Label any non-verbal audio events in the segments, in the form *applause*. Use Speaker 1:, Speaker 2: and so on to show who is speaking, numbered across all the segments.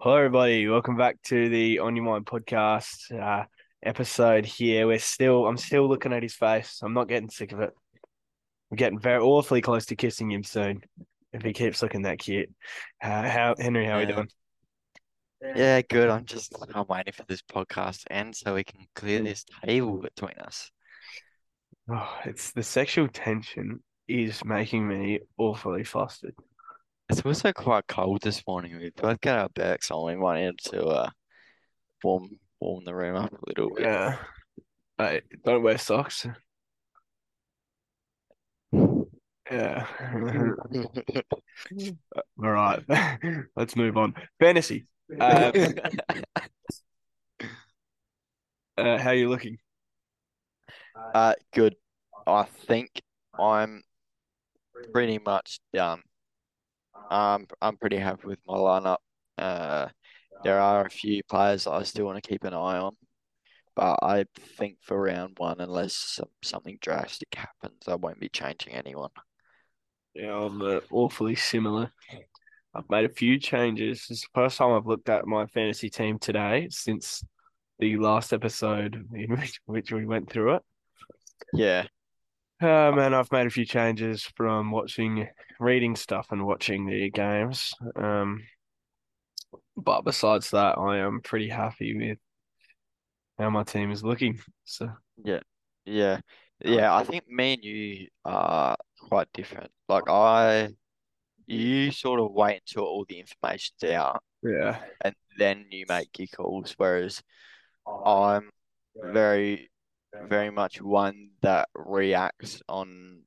Speaker 1: Hello, everybody. Welcome back to the On Your Mind podcast uh, episode. Here, we're still. I'm still looking at his face. I'm not getting sick of it. I'm getting very awfully close to kissing him soon if he keeps looking that cute. Uh, how Henry? How are we
Speaker 2: Yeah.
Speaker 1: doing?
Speaker 2: Yeah, good. I'm just I'm waiting for this podcast to end so we can clear this table between us.
Speaker 1: Oh, it's the sexual tension is making me awfully flustered.
Speaker 2: It's also quite cold this morning. We both got our backs on. We might need to uh warm warm the room up a little bit.
Speaker 1: Yeah. I don't wear socks. Yeah. All right. *laughs* Let's move on. Fantasy. Uh, uh, how you looking?
Speaker 2: Uh, good. I think I'm pretty much done. Um, I'm pretty happy with my lineup. Uh, there are a few players I still want to keep an eye on, but I think for round one, unless some, something drastic happens, I won't be changing anyone.
Speaker 1: Yeah, I'm uh, awfully similar. I've made a few changes. It's the first time I've looked at my fantasy team today since the last episode in *laughs* which, which we went through it.
Speaker 2: Yeah,
Speaker 1: Um, and I've made a few changes from watching, reading stuff and watching the games. Um, but besides that, I am pretty happy with how my team is looking. So,
Speaker 2: yeah, yeah. I think me and you are quite different. Like I, you sort of wait until all the information's out,
Speaker 1: yeah,
Speaker 2: and then you make your calls, whereas I'm very, very much one that reacts on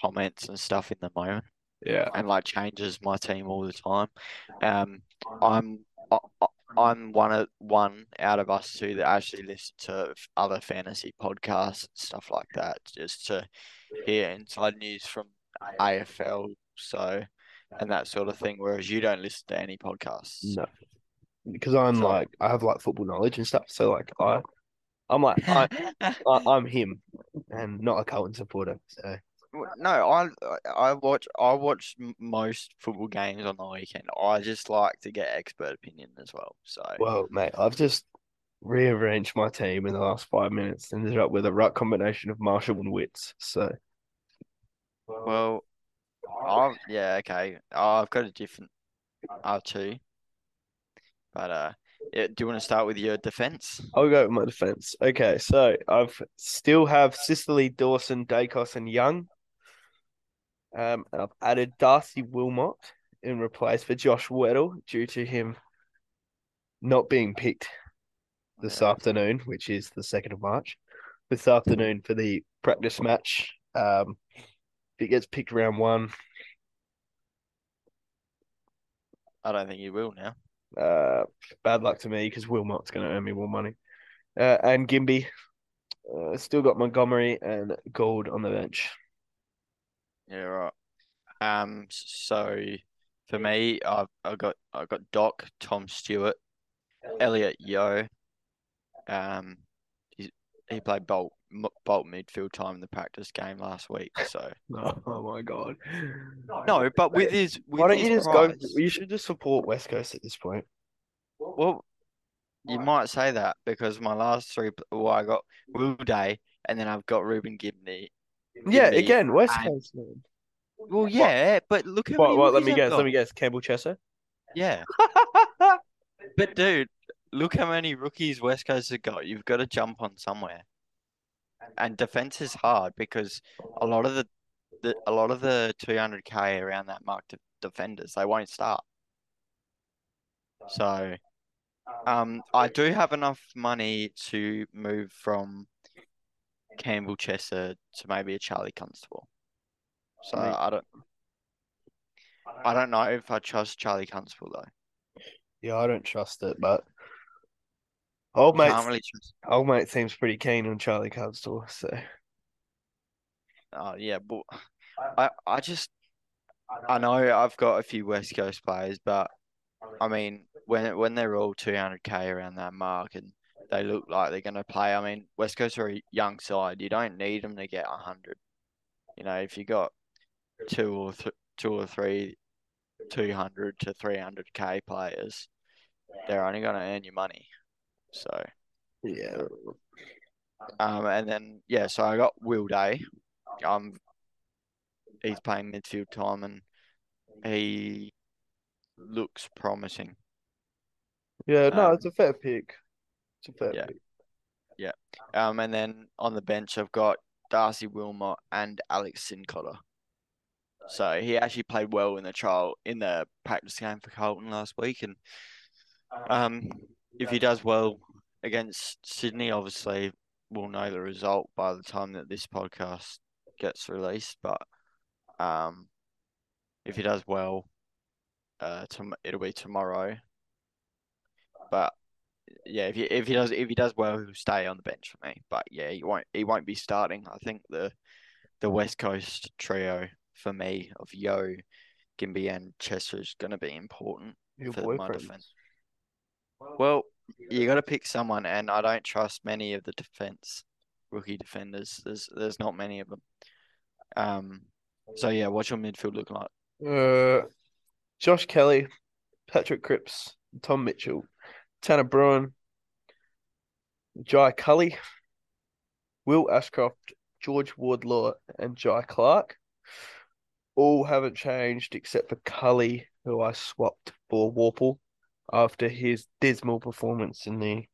Speaker 2: comments and stuff in the moment
Speaker 1: yeah,
Speaker 2: and like changes my team all the time. Um, I'm I, I- I'm one of one out of us two that actually listen to f- other fantasy podcasts and stuff like that just to hear inside news from AFL, so and that sort of thing. Whereas you don't listen to any podcasts.
Speaker 1: no, because I'm
Speaker 2: So-
Speaker 1: like, I have like football knowledge and stuff. So, like, I, I'm like, I, I, I'm him and not a Carlton supporter. So,
Speaker 2: W- No, I I watch I watch m- most football games on the weekend. I just like to get expert opinion as well. So
Speaker 1: well, mate, I've just rearranged my team in the last five minutes and ended up with a right combination of Marshall and Wits. So,
Speaker 2: well, I've yeah okay. I've got a different R two, but uh, yeah, do you want to start with your defense?
Speaker 1: I'll go with my defense. Okay, so I've still have Cicely, Dawson, Dacos, and Young. Um, and I've added Darcy Wilmot in replace for Josh Weddle due to him not being picked this
Speaker 2: Yeah.
Speaker 1: afternoon, which is the second of March. This afternoon for the practice match. Um, if it gets picked round one,
Speaker 2: I don't think you will now.
Speaker 1: uh, bad luck to me because Wilmot's going to earn me more money. Uh, and Gimby, uh, still got Montgomery and Gold on the bench. *laughs*
Speaker 2: Yeah, right. Um, s- so for me, I've I got I got Doc, Tom Stewart, Elliot Yo. Um, he he played bolt m- bolt midfield time in the practice game last week. So
Speaker 1: Oh my god.
Speaker 2: no, but with his with
Speaker 1: why don't
Speaker 2: his
Speaker 1: you just go?
Speaker 2: price-
Speaker 1: You should just support West Coast at this point.
Speaker 2: well, you might say that because my last three, pl- well, I got Will Day, and then I've got Ruben Gibney.
Speaker 1: Yeah,
Speaker 2: Gibney.
Speaker 1: again, West
Speaker 2: I-
Speaker 1: Coast. Man.
Speaker 2: Well, yeah, but look how
Speaker 1: What?
Speaker 2: many
Speaker 1: What? Let
Speaker 2: rookies
Speaker 1: me
Speaker 2: I've
Speaker 1: guess.
Speaker 2: got.
Speaker 1: Let me guess. Campbell Chesser.
Speaker 2: Yeah, but dude, look how many rookies West Coast have got. You've got to jump on somewhere, and defense is hard because a lot of the, the a lot of the 200k around that mark de- defenders they won't start. So, um, I do have enough money to move from Campbell Chester to maybe a Charlie Constable. So
Speaker 1: Mate.
Speaker 2: I don't, I don't know if I trust Charlie Constable though.
Speaker 1: yeah, I don't trust it, but old mate,
Speaker 2: Can't really trust.
Speaker 1: old mate seems pretty keen on Charlie Cardstore. So
Speaker 2: Oh yeah, but I, I just, I know I've got a few West Coast players, but I mean, when when they're all 200k around that mark and they look like they're going to play, I mean, West Coast are a young side. You don't need them to get 100. You know, if you got two or th- two or three 200 to 300k players, they're only going to earn you money. So,
Speaker 1: Yeah.
Speaker 2: um, and then yeah, so I got Will Day. Um, he's playing midfield time, and he looks promising.
Speaker 1: Yeah, no,
Speaker 2: Um,
Speaker 1: it's a fair pick. It's a fair
Speaker 2: yeah.
Speaker 1: pick.
Speaker 2: Um, and then on the bench, I've got Darcy Wilmot and Alex Sincotter. So he actually played well in the trial in the practice game for Carlton last week, and um, if he does well against Sydney, obviously we'll know the result by the time that this podcast gets released. But um, if he does well, uh, tom- it'll be tomorrow. But yeah, if he if he does if he does well, he'll stay on the bench for me. But yeah, he won't he won't be starting. I think the the West Coast trio for me of Yo, Gimby, and Chester is going to be important.
Speaker 1: Your
Speaker 2: for my
Speaker 1: boyfriend.
Speaker 2: defense. Well, you got to pick someone, and I don't trust many of the defense rookie defenders. There's there's not many of them. Um, so yeah, what's your midfield look like?
Speaker 1: Uh, Josh Kelly, Patrick Cripps, Tom Mitchell, Tanner Bruin, Jai Cully, Will Ashcroft, George Wardlaw, and Jai Clark. All haven't changed except for Cully, who I swapped for Warple after his dismal performance in the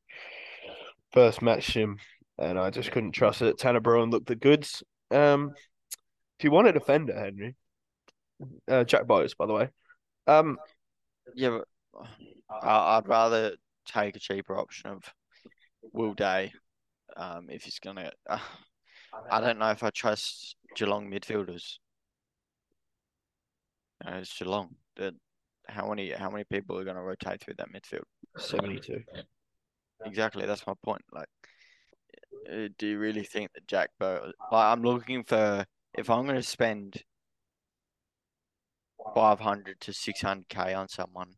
Speaker 1: first match him, and I just couldn't trust it. Tanner Bruin looked the goods. Um, if you want a defender, Henry, uh, Jack Bowes, by the way. Um,
Speaker 2: Yeah, but I, I'd rather take a cheaper option of Will Day. Um, if he's gonna, *sighs* I don't know if I trust Geelong midfielders. You know, it's Geelong. That how many how many people are gonna rotate through that midfield?
Speaker 1: seventy-two.
Speaker 2: Exactly, that's my point. Like, uh, do you really think that Jack Bow? Like, I'm looking for if I'm going to spend 500 to 600k on someone,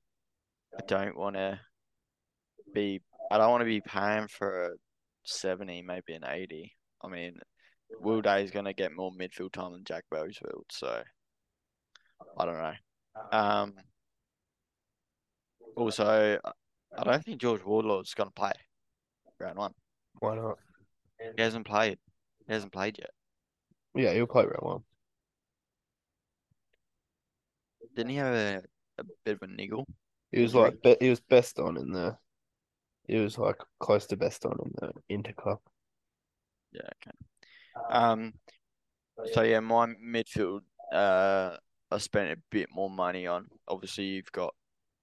Speaker 2: I don't want to be. I don't want to be paying for a 70, maybe an 80. I mean, Will Day is going to get more midfield time than Jack Bowes will, so I don't know. Um. Also, I don't think George Wardlaw's going to play round one.
Speaker 1: Why not?
Speaker 2: He hasn't played. He hasn't played yet.
Speaker 1: Yeah, he'll play round one.
Speaker 2: Didn't he have a, a bit of a niggle?
Speaker 1: He was like, be- he was best on in there. He was like close to best on in the intercup.
Speaker 2: Yeah, okay. Um, so yeah, my midfield, uh, I spent a bit more money on. Obviously, you've got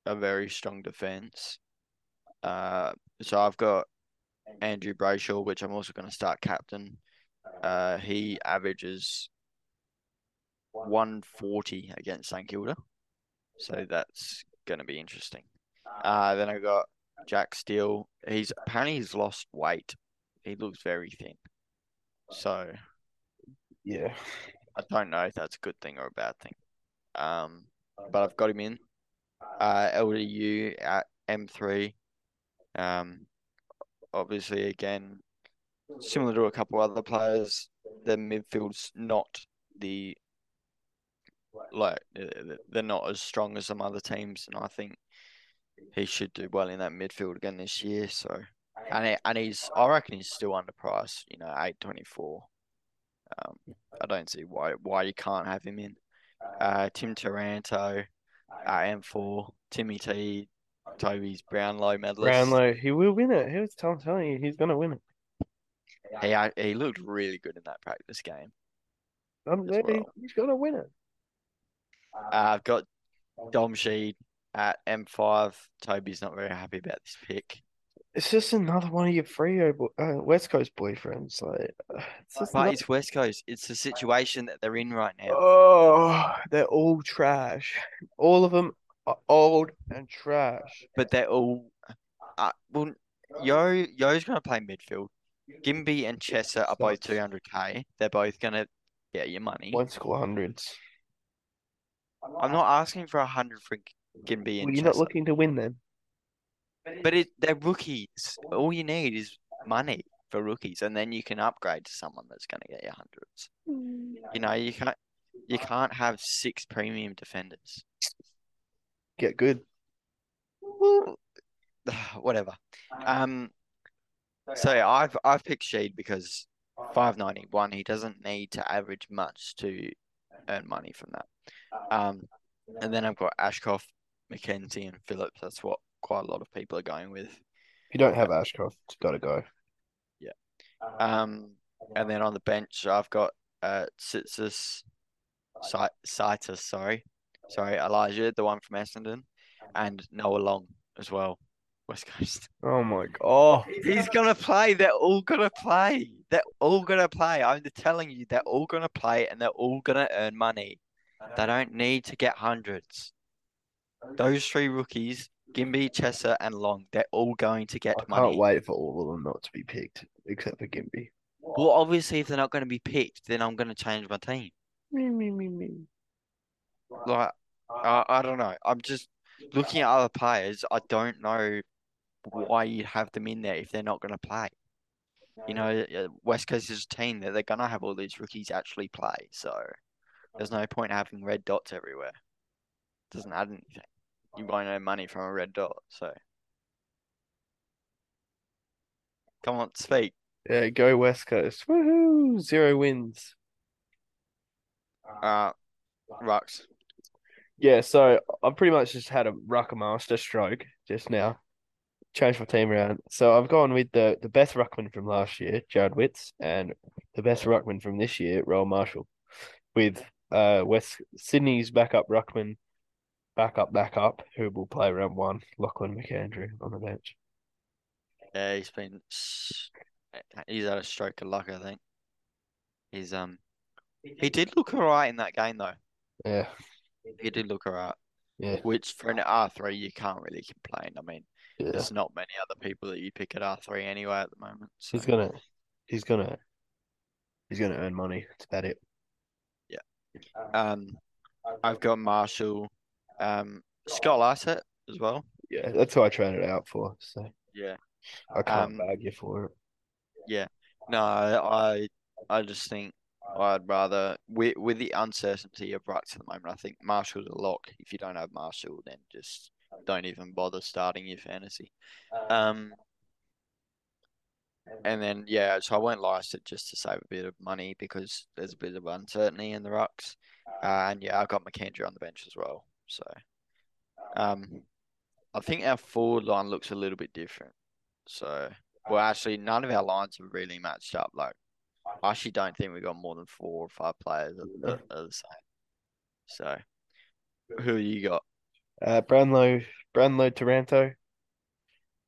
Speaker 2: a very strong defense. Uh, so I've got Andrew Brayshaw, which I'm also going to start captain. Uh, he averages 140 against St Kilda, so that's going to be interesting. Uh, then I got Jack Steele. He's apparently he's lost weight. He looks very thin. So
Speaker 1: Yeah,
Speaker 2: I don't know if that's a good thing or a bad thing. Um, but I've got him in. Uh, LDU at M3. Um, obviously, again, similar to a couple other players, the midfield's not the like th- th- they're not as strong as some other teams, and I think he should do well in that midfield again this year. So, and he, and he's I reckon he's still underpriced. You know, eight twenty four. Um, I don't see why why you can't have him in. Uh, Tim Taranto, uh, M4, Timmy T, Toby's Brownlow medalist.
Speaker 1: Brownlow, he will win it. He was telling, telling you he's gonna win it.
Speaker 2: He ac- he looked really good in that practice game.
Speaker 1: I'm,
Speaker 2: As
Speaker 1: he-
Speaker 2: well.
Speaker 1: Um, He's gonna win it.
Speaker 2: Uh, I've got Dom Sheed at M5. Toby's not very happy about this pick.
Speaker 1: It's just another one of your Frio bo- uh, West Coast boyfriends. Like, uh, it's just
Speaker 2: But
Speaker 1: not-
Speaker 2: it's West Coast. It's the situation that they're in right now.
Speaker 1: oh, they're all trash. All of them are old and trash.
Speaker 2: But they're all. Uh, well, Yo Yo's going to play midfield. Gimby and Chessa are both
Speaker 1: Sucks.
Speaker 2: 200k. They're both going to get your money.
Speaker 1: One score hundreds.
Speaker 2: I'm not asking for a 100 for Gimby
Speaker 1: Well,
Speaker 2: and
Speaker 1: you're not
Speaker 2: Chessa.
Speaker 1: looking to win then.
Speaker 2: But it, they're rookies. All you need is money for rookies, and then you can upgrade to someone that's going to get you hundreds. You know, you can't you can't have six premium defenders.
Speaker 1: get good.
Speaker 2: Well, *sighs* whatever. Um, so I've I've picked Sheed because five ninety one. He doesn't need to average much to earn money from that. Um, and then I've got Ashcroft, McKenzie, and Phillips. That's what quite a lot of people are going with.
Speaker 1: If you don't have Ashcroft, it's got to go.
Speaker 2: Um, and then on the bench I've got uh Sitsis, Situs, sorry, sorry Elijah, the one from Essendon, and Noah Long as well, West Coast.
Speaker 1: Oh my god!
Speaker 2: He's gonna play. They're all gonna play. They're all gonna play. I'm telling you, they're all gonna play and they're all gonna earn money. They don't need to get hundreds. Those three rookies, Gimby, Chesser, and Long, they're all going to get
Speaker 1: I
Speaker 2: money.
Speaker 1: can't wait for all of them not to be picked, except for Gimby.
Speaker 2: Well, obviously, if they're not going to be picked, then I'm going to change my team.
Speaker 1: Me me me me.
Speaker 2: Like, I, I don't know. I'm just looking at other players. I don't know why you'd have them in there if they're not going to play. You know, uh, West Coast is a team that they're going to have all these rookies actually play. So there's no point having red dots everywhere. Doesn't add anything. You won't earn money from a red dot. So come on, speak.
Speaker 1: Yeah, go West Coast. Woohoo! Zero wins.
Speaker 2: Uh, Rucks.
Speaker 1: Yeah, so I pretty much just had a ruckmaster stroke just now. Changed my team around. So I've gone with the, the best ruckman from last year, Jared Witz, and the best ruckman from this year, Roel Marshall, with uh West Sydney's backup ruckman, backup backup, who will play round one, Lachlan McAndrew on the bench.
Speaker 2: Yeah, he's been s- he's had a stroke of luck, I think. He's um he did look alright in that game though.
Speaker 1: Yeah,
Speaker 2: He did look alright.
Speaker 1: yeah,
Speaker 2: Which for an R three you can't really complain. I mean,
Speaker 1: yeah.
Speaker 2: there's not many other people that you pick at R three anyway at the moment. So
Speaker 1: He's gonna, he's gonna, he's gonna earn money. That's about it.
Speaker 2: um I've got Marshall, um Scott Lysett as well.
Speaker 1: Yeah, that's who I traded out for. So
Speaker 2: Yeah.
Speaker 1: I can't
Speaker 2: Um,
Speaker 1: bag you for it.
Speaker 2: No, I I just think I'd rather with with the uncertainty of Rucks at the moment, I think Marshall's a lock. If you don't have Marshall, then just don't even bother starting your fantasy. Um, and then yeah, so I won't lice it just to save a bit of money because there's a bit of uncertainty in the Rucks. Uh, and yeah, I've got McKendree on the bench as well. So, um, I think our forward line looks a little bit different. So, well, actually, none of our lines have really matched up. Like, I actually don't think we got more than four or five players that
Speaker 1: Yeah.
Speaker 2: that are the same. So, who you got?
Speaker 1: Uh, Brownlow, Brownlow, Taranto.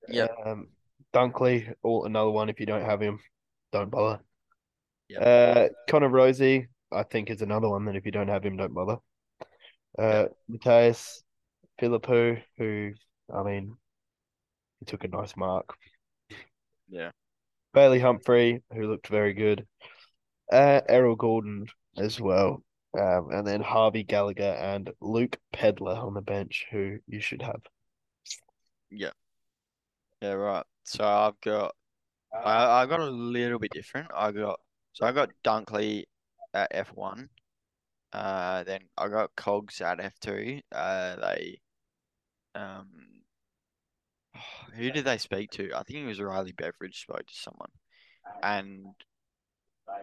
Speaker 2: Yep.
Speaker 1: Um, Dunkley, or another one if you don't have him, don't bother.
Speaker 2: Yep.
Speaker 1: Uh, Connor Rosie, I think is another one that if you don't have him, don't bother. Uh, Mateus Philippou, who I mean, he took a nice mark.
Speaker 2: Yeah.
Speaker 1: Bailey Humphrey, who looked very good. Uh, Errol Gordon as well. Um, and then Harvey Gallagher and Luke Pedler on the bench, who you should have.
Speaker 2: Yeah, right. So I've got, I I got a little bit different. I got, so I got Dunkley at F one, uh, then I got Cogs at F two. Uh, they, um, *sighs* who did they speak to? I think it was Riley Beveridge spoke to someone, and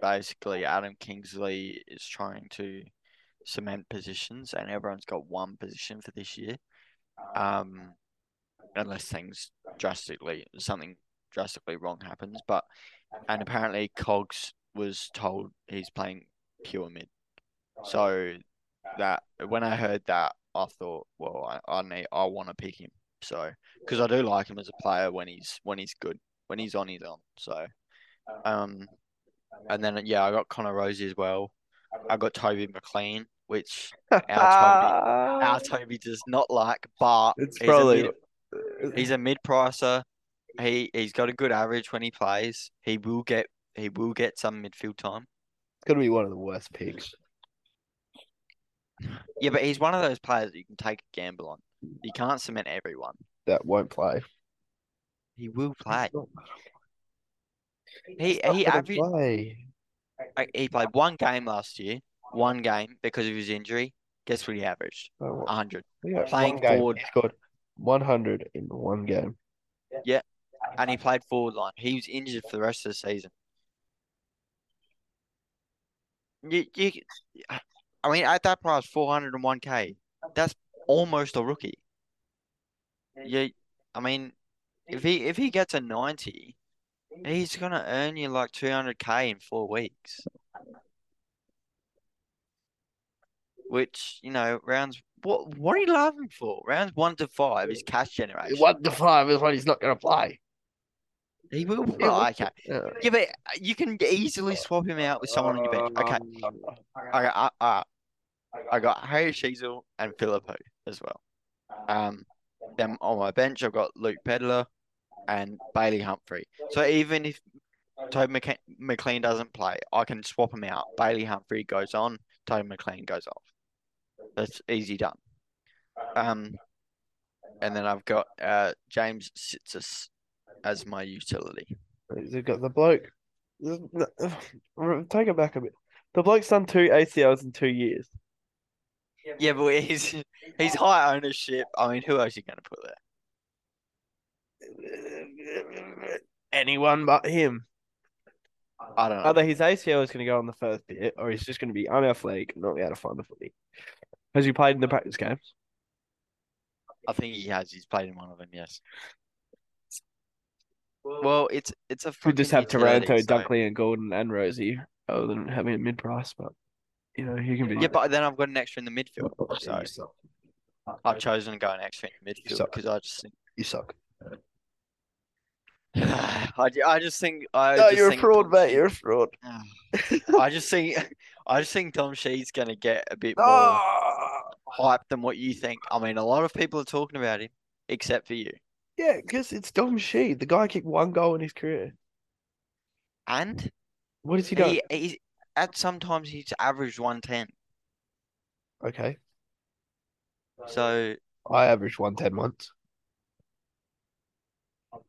Speaker 2: basically Adam Kingsley is trying to cement positions, and everyone's got one position for this year. Um, unless things drastically something drastically wrong happens. But and apparently Cogs was told he's playing pure mid. So that when I heard that, I thought, well, I, I need I want to pick him. So because I do like him as a player when he's when he's good when he's on he's on. So um and then yeah, I got Connor Rosie as well. I got Toby McLean, which
Speaker 1: Uh,
Speaker 2: our
Speaker 3: Oh.
Speaker 2: our Toby does not like, but
Speaker 1: It's
Speaker 2: he's a
Speaker 1: probably
Speaker 2: mid- He's a mid pricer. He he's got a good average when he plays. He will get he will get some midfield time.
Speaker 1: going to be one of the worst picks.
Speaker 2: Yeah, but he's one of those players that you can take a gamble on. You can't cement everyone.
Speaker 1: that won't play.
Speaker 2: He will play.
Speaker 1: He's not-
Speaker 2: He
Speaker 1: he's not
Speaker 2: he
Speaker 1: gonna
Speaker 2: average,
Speaker 1: play.
Speaker 2: he played one game last year, one game because of his injury, Guess what he averaged?
Speaker 1: Oh, well,
Speaker 2: 100.
Speaker 1: we got
Speaker 2: playing
Speaker 1: one game,
Speaker 2: forward.
Speaker 1: He scored 100 in one game.
Speaker 2: And he played forward line. He was injured for the rest of the season. You, you, I mean, at that price, 401k, that's almost a rookie. Yeah, I mean, if he if he gets a 90, he's gonna earn you like 200k in four weeks, which you know rounds. What what are you laughing for? Rounds one to five is cash generation.
Speaker 1: to five is when he's not going to play.
Speaker 2: He will.
Speaker 1: Yeah,
Speaker 2: Oh,
Speaker 1: what-
Speaker 2: okay. Yeah, but uh, you can easily swap him out with someone on your bench. Okay.
Speaker 1: Um,
Speaker 2: I got, I, I, Oh, I got Harry Sheasel and Filippo as well. Um, them on my bench, I've got Luke Pedler and Bailey Humphrey. So even if Toby McLean, McLean doesn't play, I can swap him out. Bailey Humphrey goes on, Toby McLean goes off. That's easy done. Um, and then I've got uh, James Sitsis as my utility.
Speaker 1: They've got the bloke. *sighs* Take it back a bit. The bloke's done two ACLs in two years.
Speaker 2: Yeah, but he's he's high ownership. I mean, who else are you going to put there?
Speaker 1: Anyone but him.
Speaker 2: I don't know.
Speaker 1: Either his ACL is going to go on the first bit, or he's just going to be unathletic and not be able to find the footy. Has he played in the practice games?
Speaker 2: I think he has. He's played in one of them. Yes. Well, it's it's a.
Speaker 1: We just
Speaker 2: fucking
Speaker 1: have Taranto,
Speaker 2: utility, so-
Speaker 1: Dunkley, and Gordon and Rosie, other than having a mid price. But you know, he can be.
Speaker 2: Yeah, but then I've got an extra in the midfield. So I've chosen to go an extra in the midfield
Speaker 1: suck.
Speaker 2: because I just think *sighs*
Speaker 1: you suck.
Speaker 2: I, ju- I just think I.
Speaker 1: No,
Speaker 2: just
Speaker 1: you're a
Speaker 2: think
Speaker 1: fraud,
Speaker 2: Tom
Speaker 1: mate.
Speaker 2: Shee-
Speaker 1: You're a fraud.
Speaker 2: *laughs* I just think *laughs* I just think Tom Sheed's going to get a bit more
Speaker 1: Oh,
Speaker 2: hype than what you think. I mean, a lot of people are talking about him, except for you.
Speaker 1: yeah, because it's Dom Shee. The guy kicked one goal in his career.
Speaker 2: And
Speaker 1: What has he done?
Speaker 2: He, he's at sometimes he's averaged one ten.
Speaker 1: Okay,
Speaker 2: So
Speaker 1: I averaged one ten once.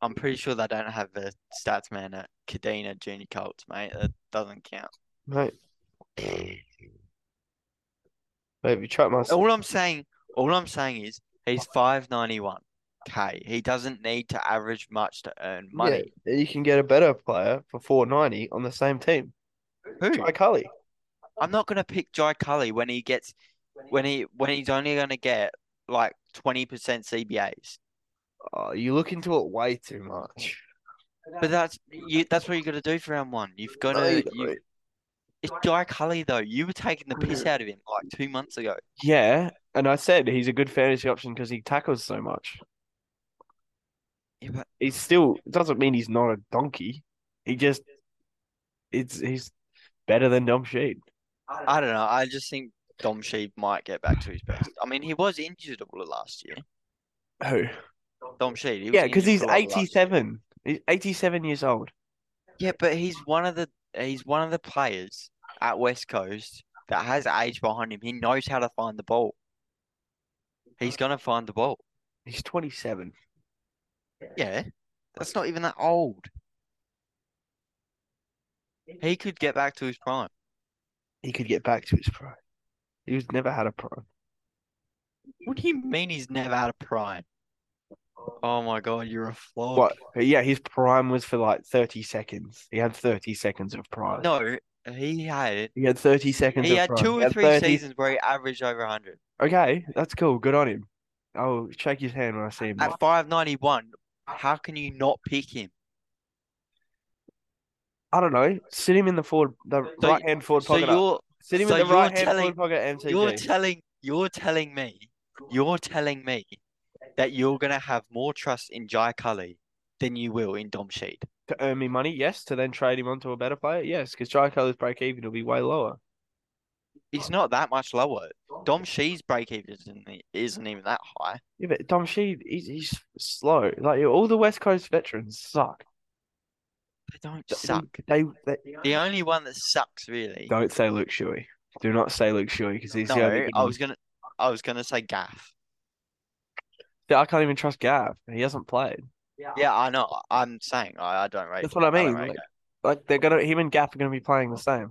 Speaker 2: I'm pretty sure they don't have a stats man at Cadena Junior Colts, mate. That doesn't count.
Speaker 1: Mate. Mate, you trapped my
Speaker 2: All I'm saying, all I'm saying is he's five ninety one k. He doesn't need to average much to earn money.
Speaker 1: Yeah, you can get a better player for four ninety on the same team.
Speaker 2: Who?
Speaker 1: Try Cully.
Speaker 2: I'm not gonna pick Jai Cully when he gets when he when he's only gonna get like twenty percent CBAs.
Speaker 1: Oh, you look into it way too much.
Speaker 2: But that's you. That's what you got to do for round one. You've got
Speaker 1: No, you
Speaker 2: to.
Speaker 1: don't,
Speaker 2: You,
Speaker 1: mate.
Speaker 2: It's Jai Cully though. You were taking the piss out of him like two months ago.
Speaker 1: Yeah, and I said he's a good fantasy option because he tackles so much.
Speaker 2: Yeah, but
Speaker 1: He's still it doesn't mean he's not a donkey. He just it's he's better than Dom Sheed.
Speaker 2: I don't know. I just think Dom Sheep might get back to his best. I mean, he was injured all of last year.
Speaker 1: Who?
Speaker 2: Dom Sheep. He was
Speaker 1: Yeah, because
Speaker 2: injured
Speaker 1: he's
Speaker 2: for a lot of last year.
Speaker 1: eighty-seven. He's eighty-seven years old.
Speaker 2: Yeah, but he's one of the he's one of the players at West Coast that has age behind him. He knows how to find the ball. He's gonna find the ball.
Speaker 1: He's twenty-seven.
Speaker 2: Yeah, that's not even that old. He could get back to his prime.
Speaker 1: He could get back to his prime. He was never had a prime.
Speaker 2: What do you mean he's never had a prime? Oh my Oh, god, you're a flog.
Speaker 1: What? Yeah, his prime was for like thirty seconds. He had thirty seconds of prime.
Speaker 2: No, he had
Speaker 1: he had thirty seconds.
Speaker 2: he
Speaker 1: of
Speaker 2: had
Speaker 1: prime.
Speaker 2: two
Speaker 1: He
Speaker 2: or
Speaker 1: had
Speaker 2: three
Speaker 1: 30
Speaker 2: seasons where he averaged over 100.
Speaker 1: Okay, that's cool. Good on him. I'll shake his hand when I see him.
Speaker 2: At 591, how can you not pick him?
Speaker 1: I don't know. Sit him in the forward, the
Speaker 2: So-
Speaker 1: right hand forward
Speaker 2: So
Speaker 1: pocket. up.
Speaker 2: you're
Speaker 1: Sit him
Speaker 2: so
Speaker 1: in the
Speaker 2: you're
Speaker 1: right hand
Speaker 2: telling-
Speaker 1: forward pocket.
Speaker 2: you're
Speaker 1: MCG.
Speaker 2: telling you're telling me you're telling me that you're gonna have more trust in Jai Cully than you will in Dom Sheed.
Speaker 1: to earn me money, yes. To then trade him onto a better player, yes. Because Jai Kelly's break even will be way lower.
Speaker 2: It's not that much lower. Dom Sheed's break even isn't, e- isn't even that high.
Speaker 1: Yeah, but Dom Sheed, he's, he's slow. Like all the West Coast veterans suck.
Speaker 2: They don't
Speaker 1: They-
Speaker 2: suck.
Speaker 1: They, they,
Speaker 2: The only one that sucks really.
Speaker 1: don't say Luke Shuey. Do not say Luke Shuey because he's the only.
Speaker 2: No, I was gonna I was gonna say Gaff.
Speaker 1: I can't even trust Gav. He hasn't played.
Speaker 2: Yeah, I know. I'm saying I, I don't rate.
Speaker 1: That's what I
Speaker 2: don't
Speaker 1: mean,
Speaker 2: rate
Speaker 1: like-
Speaker 2: Gaff.
Speaker 1: Like they're gonna him and Gaff are gonna be playing the same.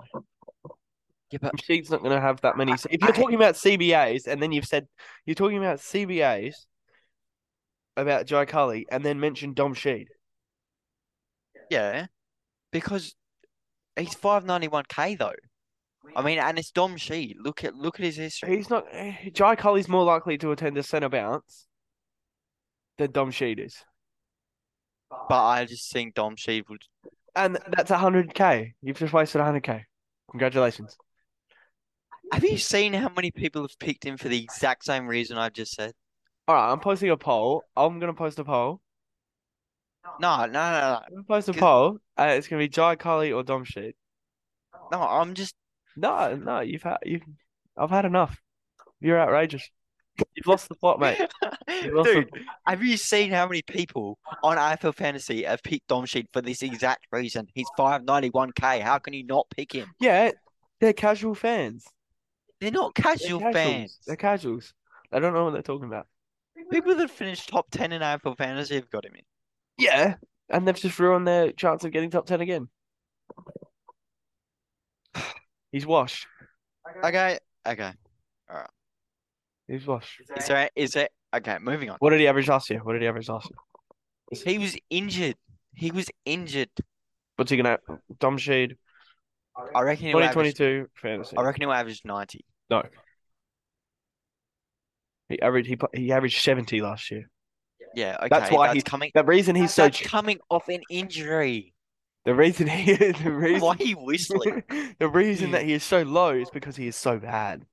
Speaker 2: Yeah, but
Speaker 1: She's not going to have that many.
Speaker 2: I-
Speaker 1: If you're
Speaker 2: I-
Speaker 1: talking about CBAs, and then you've said you're talking about CBAs about Jai Cully, and then mentioned Dom Sheed.
Speaker 2: yeah, because he's five ninety one k though. I mean, and it's Dom Sheed. Look at look at his history.
Speaker 1: He's not. eh, Jai Cully's more likely to attend a centre bounce than Dom Sheed is,
Speaker 2: But I just think Dom Sheed would.
Speaker 1: and that's hundred k. You've just wasted hundred k. Congratulations.
Speaker 2: Have you seen how many people have picked him for the exact same reason I just said?
Speaker 1: All right, I'm posting a poll. I'm going to post a poll.
Speaker 2: No, no, no,
Speaker 1: I'm going to post a
Speaker 2: Cause-
Speaker 1: poll. Uh, it's going to be Jai Cully or Dom Sheed.
Speaker 2: no. No, I'm
Speaker 1: *laughs*
Speaker 2: just. *laughs*
Speaker 1: No, no, you've had you. I've had enough. You're outrageous. You've lost the plot, mate. You've lost the
Speaker 2: Dude, have you seen how many people on AFL Fantasy have picked Dom Sheed for this exact reason? He's 591k. How can you not pick him?
Speaker 1: Yeah, they're casual fans.
Speaker 2: They're not
Speaker 1: They're
Speaker 2: casual
Speaker 1: casuals.
Speaker 2: fans.
Speaker 1: They're casuals. They don't know what they're talking about.
Speaker 2: People that finished top 10 in AFL Fantasy have got him in.
Speaker 1: Yeah, and they've just ruined their chance of getting top ten again. *sighs* He's washed.
Speaker 2: Okay, okay.
Speaker 1: He's washed.
Speaker 2: Is there, is there, okay, moving on.
Speaker 1: What did he average last year? What did he average last year?
Speaker 2: He was injured. He was injured.
Speaker 1: What's he gonna? Dom Sheed,
Speaker 2: I reckon he'll
Speaker 1: twenty
Speaker 2: average,
Speaker 1: twenty two fantasy.
Speaker 2: I reckon he'll average 90.
Speaker 1: He averaged. He pla- he averaged seventy last year.
Speaker 2: Yeah, okay.
Speaker 1: That's why
Speaker 2: that's
Speaker 1: he's-
Speaker 2: coming.
Speaker 1: The reason he's so.
Speaker 2: that's
Speaker 1: ch-
Speaker 2: coming off an injury.
Speaker 1: *laughs* The reason he. *laughs* The reason.
Speaker 2: Why are you
Speaker 1: *laughs*
Speaker 2: whistling?
Speaker 1: the reason that he is so low is because he is so bad.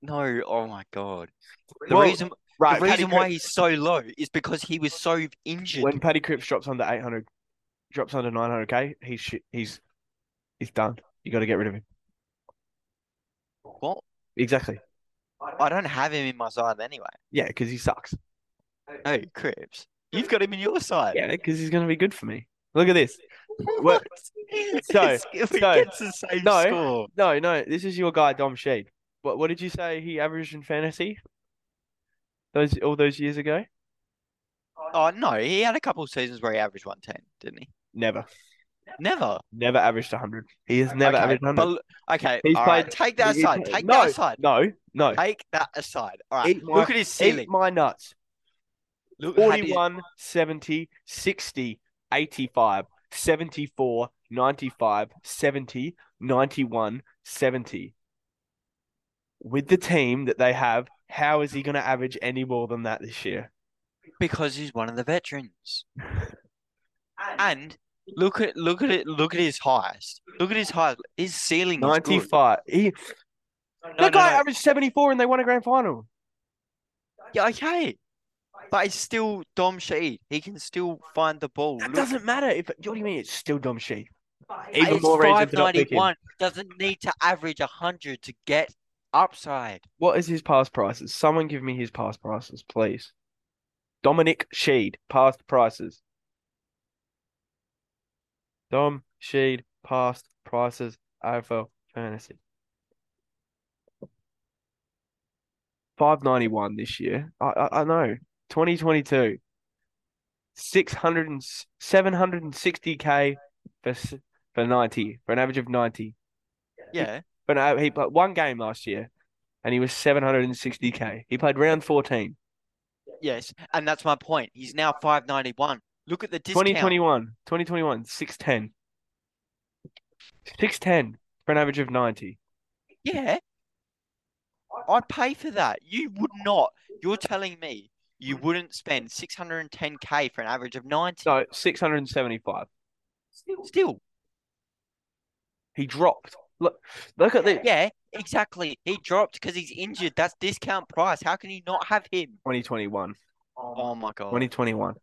Speaker 2: No, oh my God. The
Speaker 1: Well,
Speaker 2: reason
Speaker 1: Right.
Speaker 2: the
Speaker 1: Paddy
Speaker 2: reason why he's so low is because he was so injured.
Speaker 1: Cripps- when Paddy Cripps drops under eight hundred, drops under nine hundred k, he's shi- he's he's done. You got to get rid of him.
Speaker 2: What?
Speaker 1: Exactly.
Speaker 2: I don't have him in my side anyway.
Speaker 1: Yeah, because he sucks.
Speaker 2: No, Cribs. You've got him in your side.
Speaker 1: Yeah, because he's going to be good for me. Look at this. What? So,
Speaker 2: *laughs* It's- if he
Speaker 1: so,
Speaker 2: gets the same
Speaker 1: no.
Speaker 2: score.
Speaker 1: No, no, this is your guy Dom Sheed. What what did you say he averaged in fantasy? Those all those years ago?
Speaker 2: Oh no, he had a couple of seasons where he averaged one ten, didn't he?
Speaker 1: Never,
Speaker 2: Never.
Speaker 1: never averaged hundred. He has never
Speaker 2: okay,
Speaker 1: averaged hundred.
Speaker 2: but- okay,
Speaker 1: He's
Speaker 2: all right,
Speaker 1: played-
Speaker 2: Take that
Speaker 1: he-
Speaker 2: aside.
Speaker 1: he-
Speaker 2: Take
Speaker 1: no,
Speaker 2: that aside.
Speaker 1: No, no.
Speaker 2: Take that aside. All right.
Speaker 1: Eat my-
Speaker 2: Look at his ceiling.
Speaker 1: Eat my nuts.
Speaker 2: Look at his-
Speaker 1: 41, 70, 60, 85, 74, 95, 70, 91, 70. With the team that they have, how is he going to average any more than that this year?
Speaker 2: because he's one of the veterans. And look at look at it. Look at his highest. Look at his highest. His ceiling was good.
Speaker 1: 95. He,
Speaker 2: No, no,
Speaker 1: that guy
Speaker 2: no.
Speaker 1: averaged 74 and they won a grand final.
Speaker 2: Yeah, okay. But it's still Dom Sheed. He can still find the ball.
Speaker 1: That
Speaker 2: Look,
Speaker 1: doesn't matter. If, you know what I mean? It's still dumb shit. Even
Speaker 2: it's
Speaker 1: more reason to not pick him.
Speaker 2: 591. He doesn't need to average 100 to get upside.
Speaker 1: What is his past prices? Someone give me his past prices, please. Dominic Sheed, past prices. Dom Sheed, past prices, AFL fantasy. 591 this year. I I, I know. 2022. 600 and s- 760k for s- for 90 for an average of 90.
Speaker 2: Yeah.
Speaker 1: But no, he played one game last year, and he was 760k. He played round 14,
Speaker 2: Yes. And that's my point. He's now 591. Look at the discount.
Speaker 1: 2021, 2021, 610, 610 for an average of 90.
Speaker 2: Yeah. I'd pay for that. You would not. You're telling me you wouldn't spend 610K for an average of 90.
Speaker 1: No, 675.
Speaker 2: Still.
Speaker 1: He dropped. Look, look at this.
Speaker 2: Yeah, exactly. He dropped because he's injured. That's discount price. How can you not have him?
Speaker 1: 2021,
Speaker 2: Oh my god.
Speaker 1: 2021.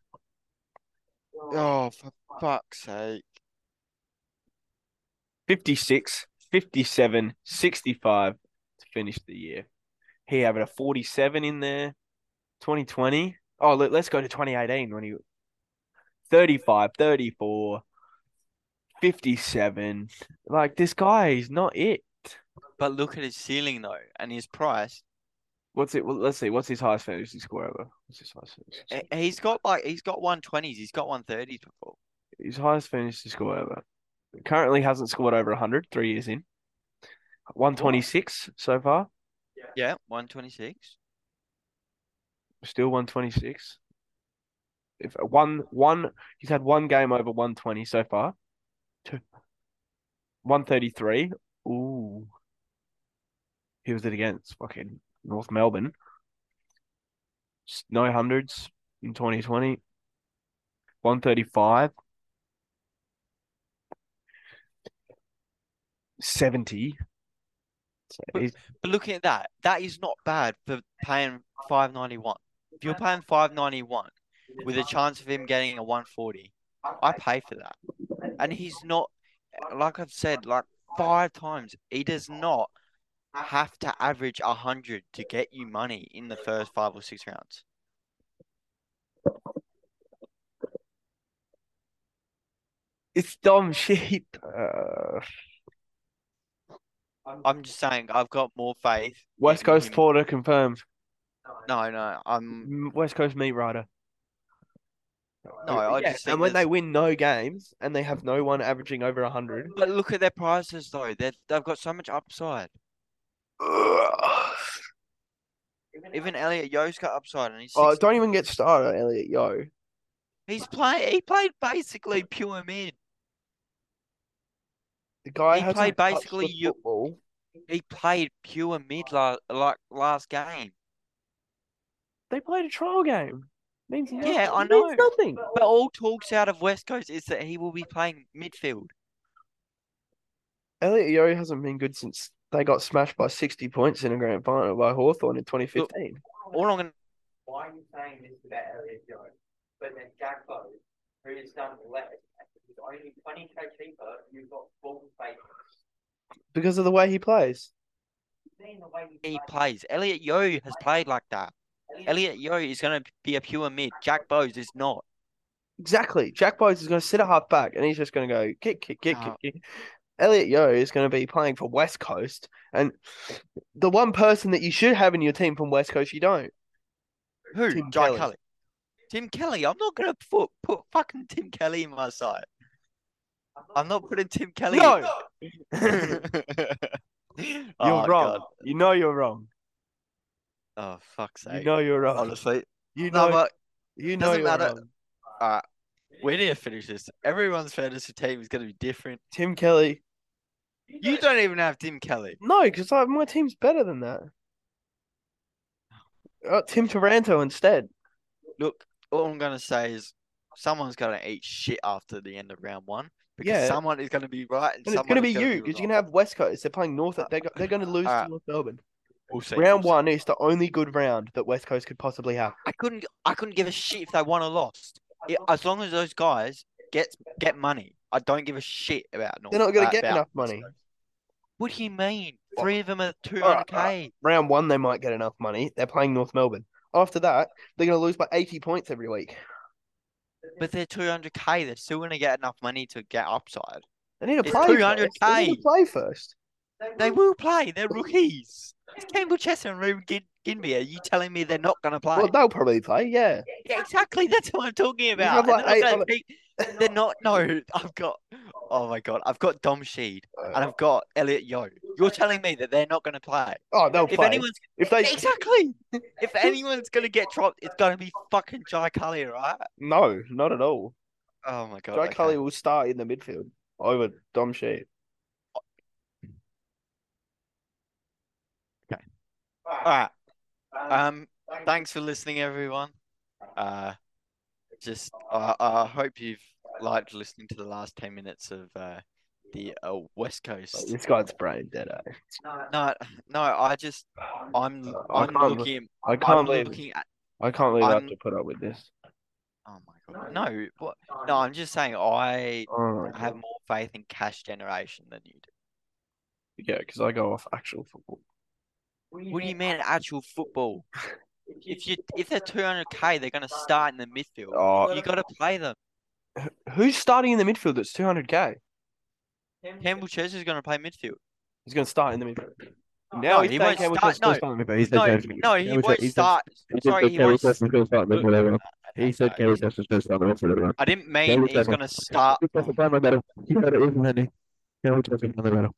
Speaker 2: Oh, for fuck's sake.
Speaker 1: 56, 57, 65 to finish the year. He having a 47 in there. 2020. Oh, let, let's go to 2018 when he 35, 34, 57. Like this guy is not it.
Speaker 2: But look at his ceiling though, and his price.
Speaker 1: What's it? Well, let's see. What's his highest fantasy score ever? What's his highest fantasy?
Speaker 2: He- He's got like he's got one twenties. He's got one thirties before.
Speaker 1: His highest fantasy score ever. Currently hasn't scored over 100 three years in. 126 so far.
Speaker 2: Yeah, one twenty six.
Speaker 1: Still 126. If uh, one one he's had one game over 120 so far. Two, 133. Ooh. Who was it against? Fucking North Melbourne. S- No hundreds in 2020. 135. 70. So
Speaker 2: But-
Speaker 1: he's-
Speaker 2: But looking at that, that is not bad for paying five ninety one. If you're paying five ninety one with a chance of him getting a one forty, I pay for that. And he's not like I've said like five times, he does not have to average a hundred to get you money in the first five or six rounds.
Speaker 1: it's dumb *laughs* shit. Uh,
Speaker 2: I'm just saying I've got more faith.
Speaker 1: West
Speaker 2: in
Speaker 1: Coast
Speaker 2: him-
Speaker 1: Porter confirmed.
Speaker 2: No, no, I'm
Speaker 1: M- West Coast Meat Rider.
Speaker 2: No, I
Speaker 1: Yeah,
Speaker 2: just think
Speaker 1: and when
Speaker 2: there's-
Speaker 1: they win no games and they have no one averaging over hundred,
Speaker 2: but look at their prices though. They they've got so much upside.
Speaker 1: *sighs* oh,
Speaker 2: Even Elliot Yo's got upside and he's six
Speaker 1: don't even get started, on Elliot. Yo,
Speaker 2: He's play. He played basically pure mid.
Speaker 1: the guy
Speaker 2: He
Speaker 1: hasn't
Speaker 2: played
Speaker 1: touched the
Speaker 2: basically you-
Speaker 1: football.
Speaker 2: He played pure mid la- like last game.
Speaker 1: They played a trial game. Means no-
Speaker 2: Yeah, I
Speaker 1: it means
Speaker 2: know.
Speaker 1: nothing.
Speaker 2: But all talks out of West Coast is that he will be playing midfield.
Speaker 1: Elliot Yo hasn't been good since they got smashed by sixty points in a grand final by Hawthorn in twenty fifteen.
Speaker 2: All I'm gonna
Speaker 4: Why are you saying this about Elliot Jones? But then Jacko, who has done less, is only 20k cheaper, you've got full faith.
Speaker 1: because of the way he plays.
Speaker 4: Seeing the way you
Speaker 2: he plays. Elliot Yo has played like that. Elliot Yo is gonna be a pure mid. Jack Bowes is not.
Speaker 1: Exactly. Jack Bowes is going to sit at half back and he's just going to go kick, kick, kick,
Speaker 2: No.
Speaker 1: kick, kick. Elliot Yo is going to be playing for West Coast. And the one person that you should have in your team from West Coast, you don't.
Speaker 2: Who?
Speaker 1: Tim
Speaker 2: Jai
Speaker 1: Kelly.
Speaker 2: Kelly. Tim Kelly. I'm not gonna put put fucking Tim Kelly in my side. I'm not putting Tim Kelly. in. Oh
Speaker 1: No, *laughs*
Speaker 2: You're
Speaker 1: you're wrong. You know you're wrong.
Speaker 2: Oh fuck's
Speaker 1: You
Speaker 2: sake.
Speaker 1: know you're wrong.
Speaker 2: Honestly,
Speaker 1: you
Speaker 2: no,
Speaker 1: know,
Speaker 2: but
Speaker 1: you know
Speaker 2: doesn't
Speaker 1: you're
Speaker 2: matter.
Speaker 1: wrong.
Speaker 2: we need to finish this. Everyone's fantasy team is going to be different.
Speaker 1: Tim Kelly.
Speaker 2: You don't even have Tim Kelly.
Speaker 1: No, because my team's better than that. Uh, Tim Taranto instead.
Speaker 2: Look, all I'm going to say is someone's going to eat shit after the end of round one because
Speaker 1: Yeah.
Speaker 2: someone is going to be right and,
Speaker 1: And it's
Speaker 2: someone
Speaker 1: going to be
Speaker 2: is gonna
Speaker 1: you because you're going to
Speaker 2: wrong. Ah.
Speaker 1: have West Coast. They're playing North. They're, go- they're going to lose to
Speaker 2: Alright.
Speaker 1: North Melbourne.
Speaker 2: We'll see,
Speaker 1: Round
Speaker 2: we'll see.
Speaker 1: one is the only good round that West Coast could possibly have.
Speaker 2: I couldn't. I couldn't give a shit if they won or lost. I- as long as those guys get get money, I don't give a shit about. North,
Speaker 1: They're not gonna
Speaker 2: uh,
Speaker 1: get
Speaker 2: about
Speaker 1: enough
Speaker 2: West
Speaker 1: money.
Speaker 2: Coast. What do you mean?
Speaker 1: Well,
Speaker 2: Three of them are two
Speaker 1: alright,
Speaker 2: hundred k.
Speaker 1: Round one, they might get enough money. They're playing North Melbourne. After that, they're going to lose by 80 points every week.
Speaker 2: But they're two hundred k. They're still going to get enough money to get upside.
Speaker 1: They need to
Speaker 2: It's
Speaker 1: play.
Speaker 2: 200K.
Speaker 1: first. They need to play first.
Speaker 2: They will play. They're rookies. It's Campbell Chester and Ruben Gin- Ginby. Are you telling me they're not going to play?
Speaker 1: Well, they'll probably play. Yeah.
Speaker 2: yeah, exactly. *laughs* That's what I'm talking
Speaker 1: have,
Speaker 2: about.
Speaker 1: like,
Speaker 2: And they're, not
Speaker 1: eight
Speaker 2: gonna be- they're not. No, I've got. Oh my god, I've got Dom Sheed and I've got Elliot Yo. You're telling me that they're not going to play?
Speaker 1: Oh, they'll
Speaker 2: If
Speaker 1: play.
Speaker 2: anyone's
Speaker 1: if they
Speaker 2: exactly, *laughs* if anyone's going to get dropped, it's going to be fucking Jai Cully, right?
Speaker 1: no, not at all.
Speaker 2: Oh my god.
Speaker 1: Jai
Speaker 2: okay.
Speaker 1: Cully will start in the midfield over Dom Sheet.
Speaker 2: All right. Um. Thanks for listening, everyone. Uh, just I I hope you've liked listening to the last ten minutes of uh, the uh, West Coast.
Speaker 1: This guy's brain dead. eh?
Speaker 2: No, no, I just I'm l-
Speaker 1: I
Speaker 2: I'm
Speaker 1: can't bel-
Speaker 2: looking
Speaker 1: I
Speaker 2: I'm
Speaker 1: can't believe.
Speaker 2: looking at.
Speaker 1: I can't believe I have
Speaker 2: I'm-
Speaker 1: to put up with this.
Speaker 2: Oh my god! No, what? No, I'm just saying I
Speaker 1: Oh my
Speaker 2: have
Speaker 1: God.
Speaker 2: more faith in cash generation than you do.
Speaker 1: Yeah, because I go off actual football.
Speaker 2: What do you mean actual football? If you if they're 200k, they're gonna start in the midfield.
Speaker 1: Oh,
Speaker 2: You gotta play them.
Speaker 1: who's starting in the midfield? That's 200k.
Speaker 2: Campbell Chester's gonna play midfield.
Speaker 1: He's going to start in the midfield. Now
Speaker 2: No,
Speaker 1: he's
Speaker 2: he
Speaker 1: saying
Speaker 2: won't
Speaker 1: Campbell
Speaker 2: start-
Speaker 1: Chester's gonna
Speaker 2: no.
Speaker 1: start in the midfield. He said
Speaker 2: No,
Speaker 1: James-
Speaker 2: no, he
Speaker 1: Campbell
Speaker 2: won't
Speaker 1: Chester- he said-
Speaker 2: start.
Speaker 3: He said
Speaker 2: Sorry, he
Speaker 3: Kerry
Speaker 2: won't. s-
Speaker 3: Sessions going to start with whatever. He said Kerry Sessions going to start with whatever.
Speaker 2: I didn't mean
Speaker 3: Kerry
Speaker 2: he's
Speaker 3: Sessions.
Speaker 2: gonna start.
Speaker 3: Kerry Sessions won the medal. He had it with Henry. Kerry Sessions won the medal.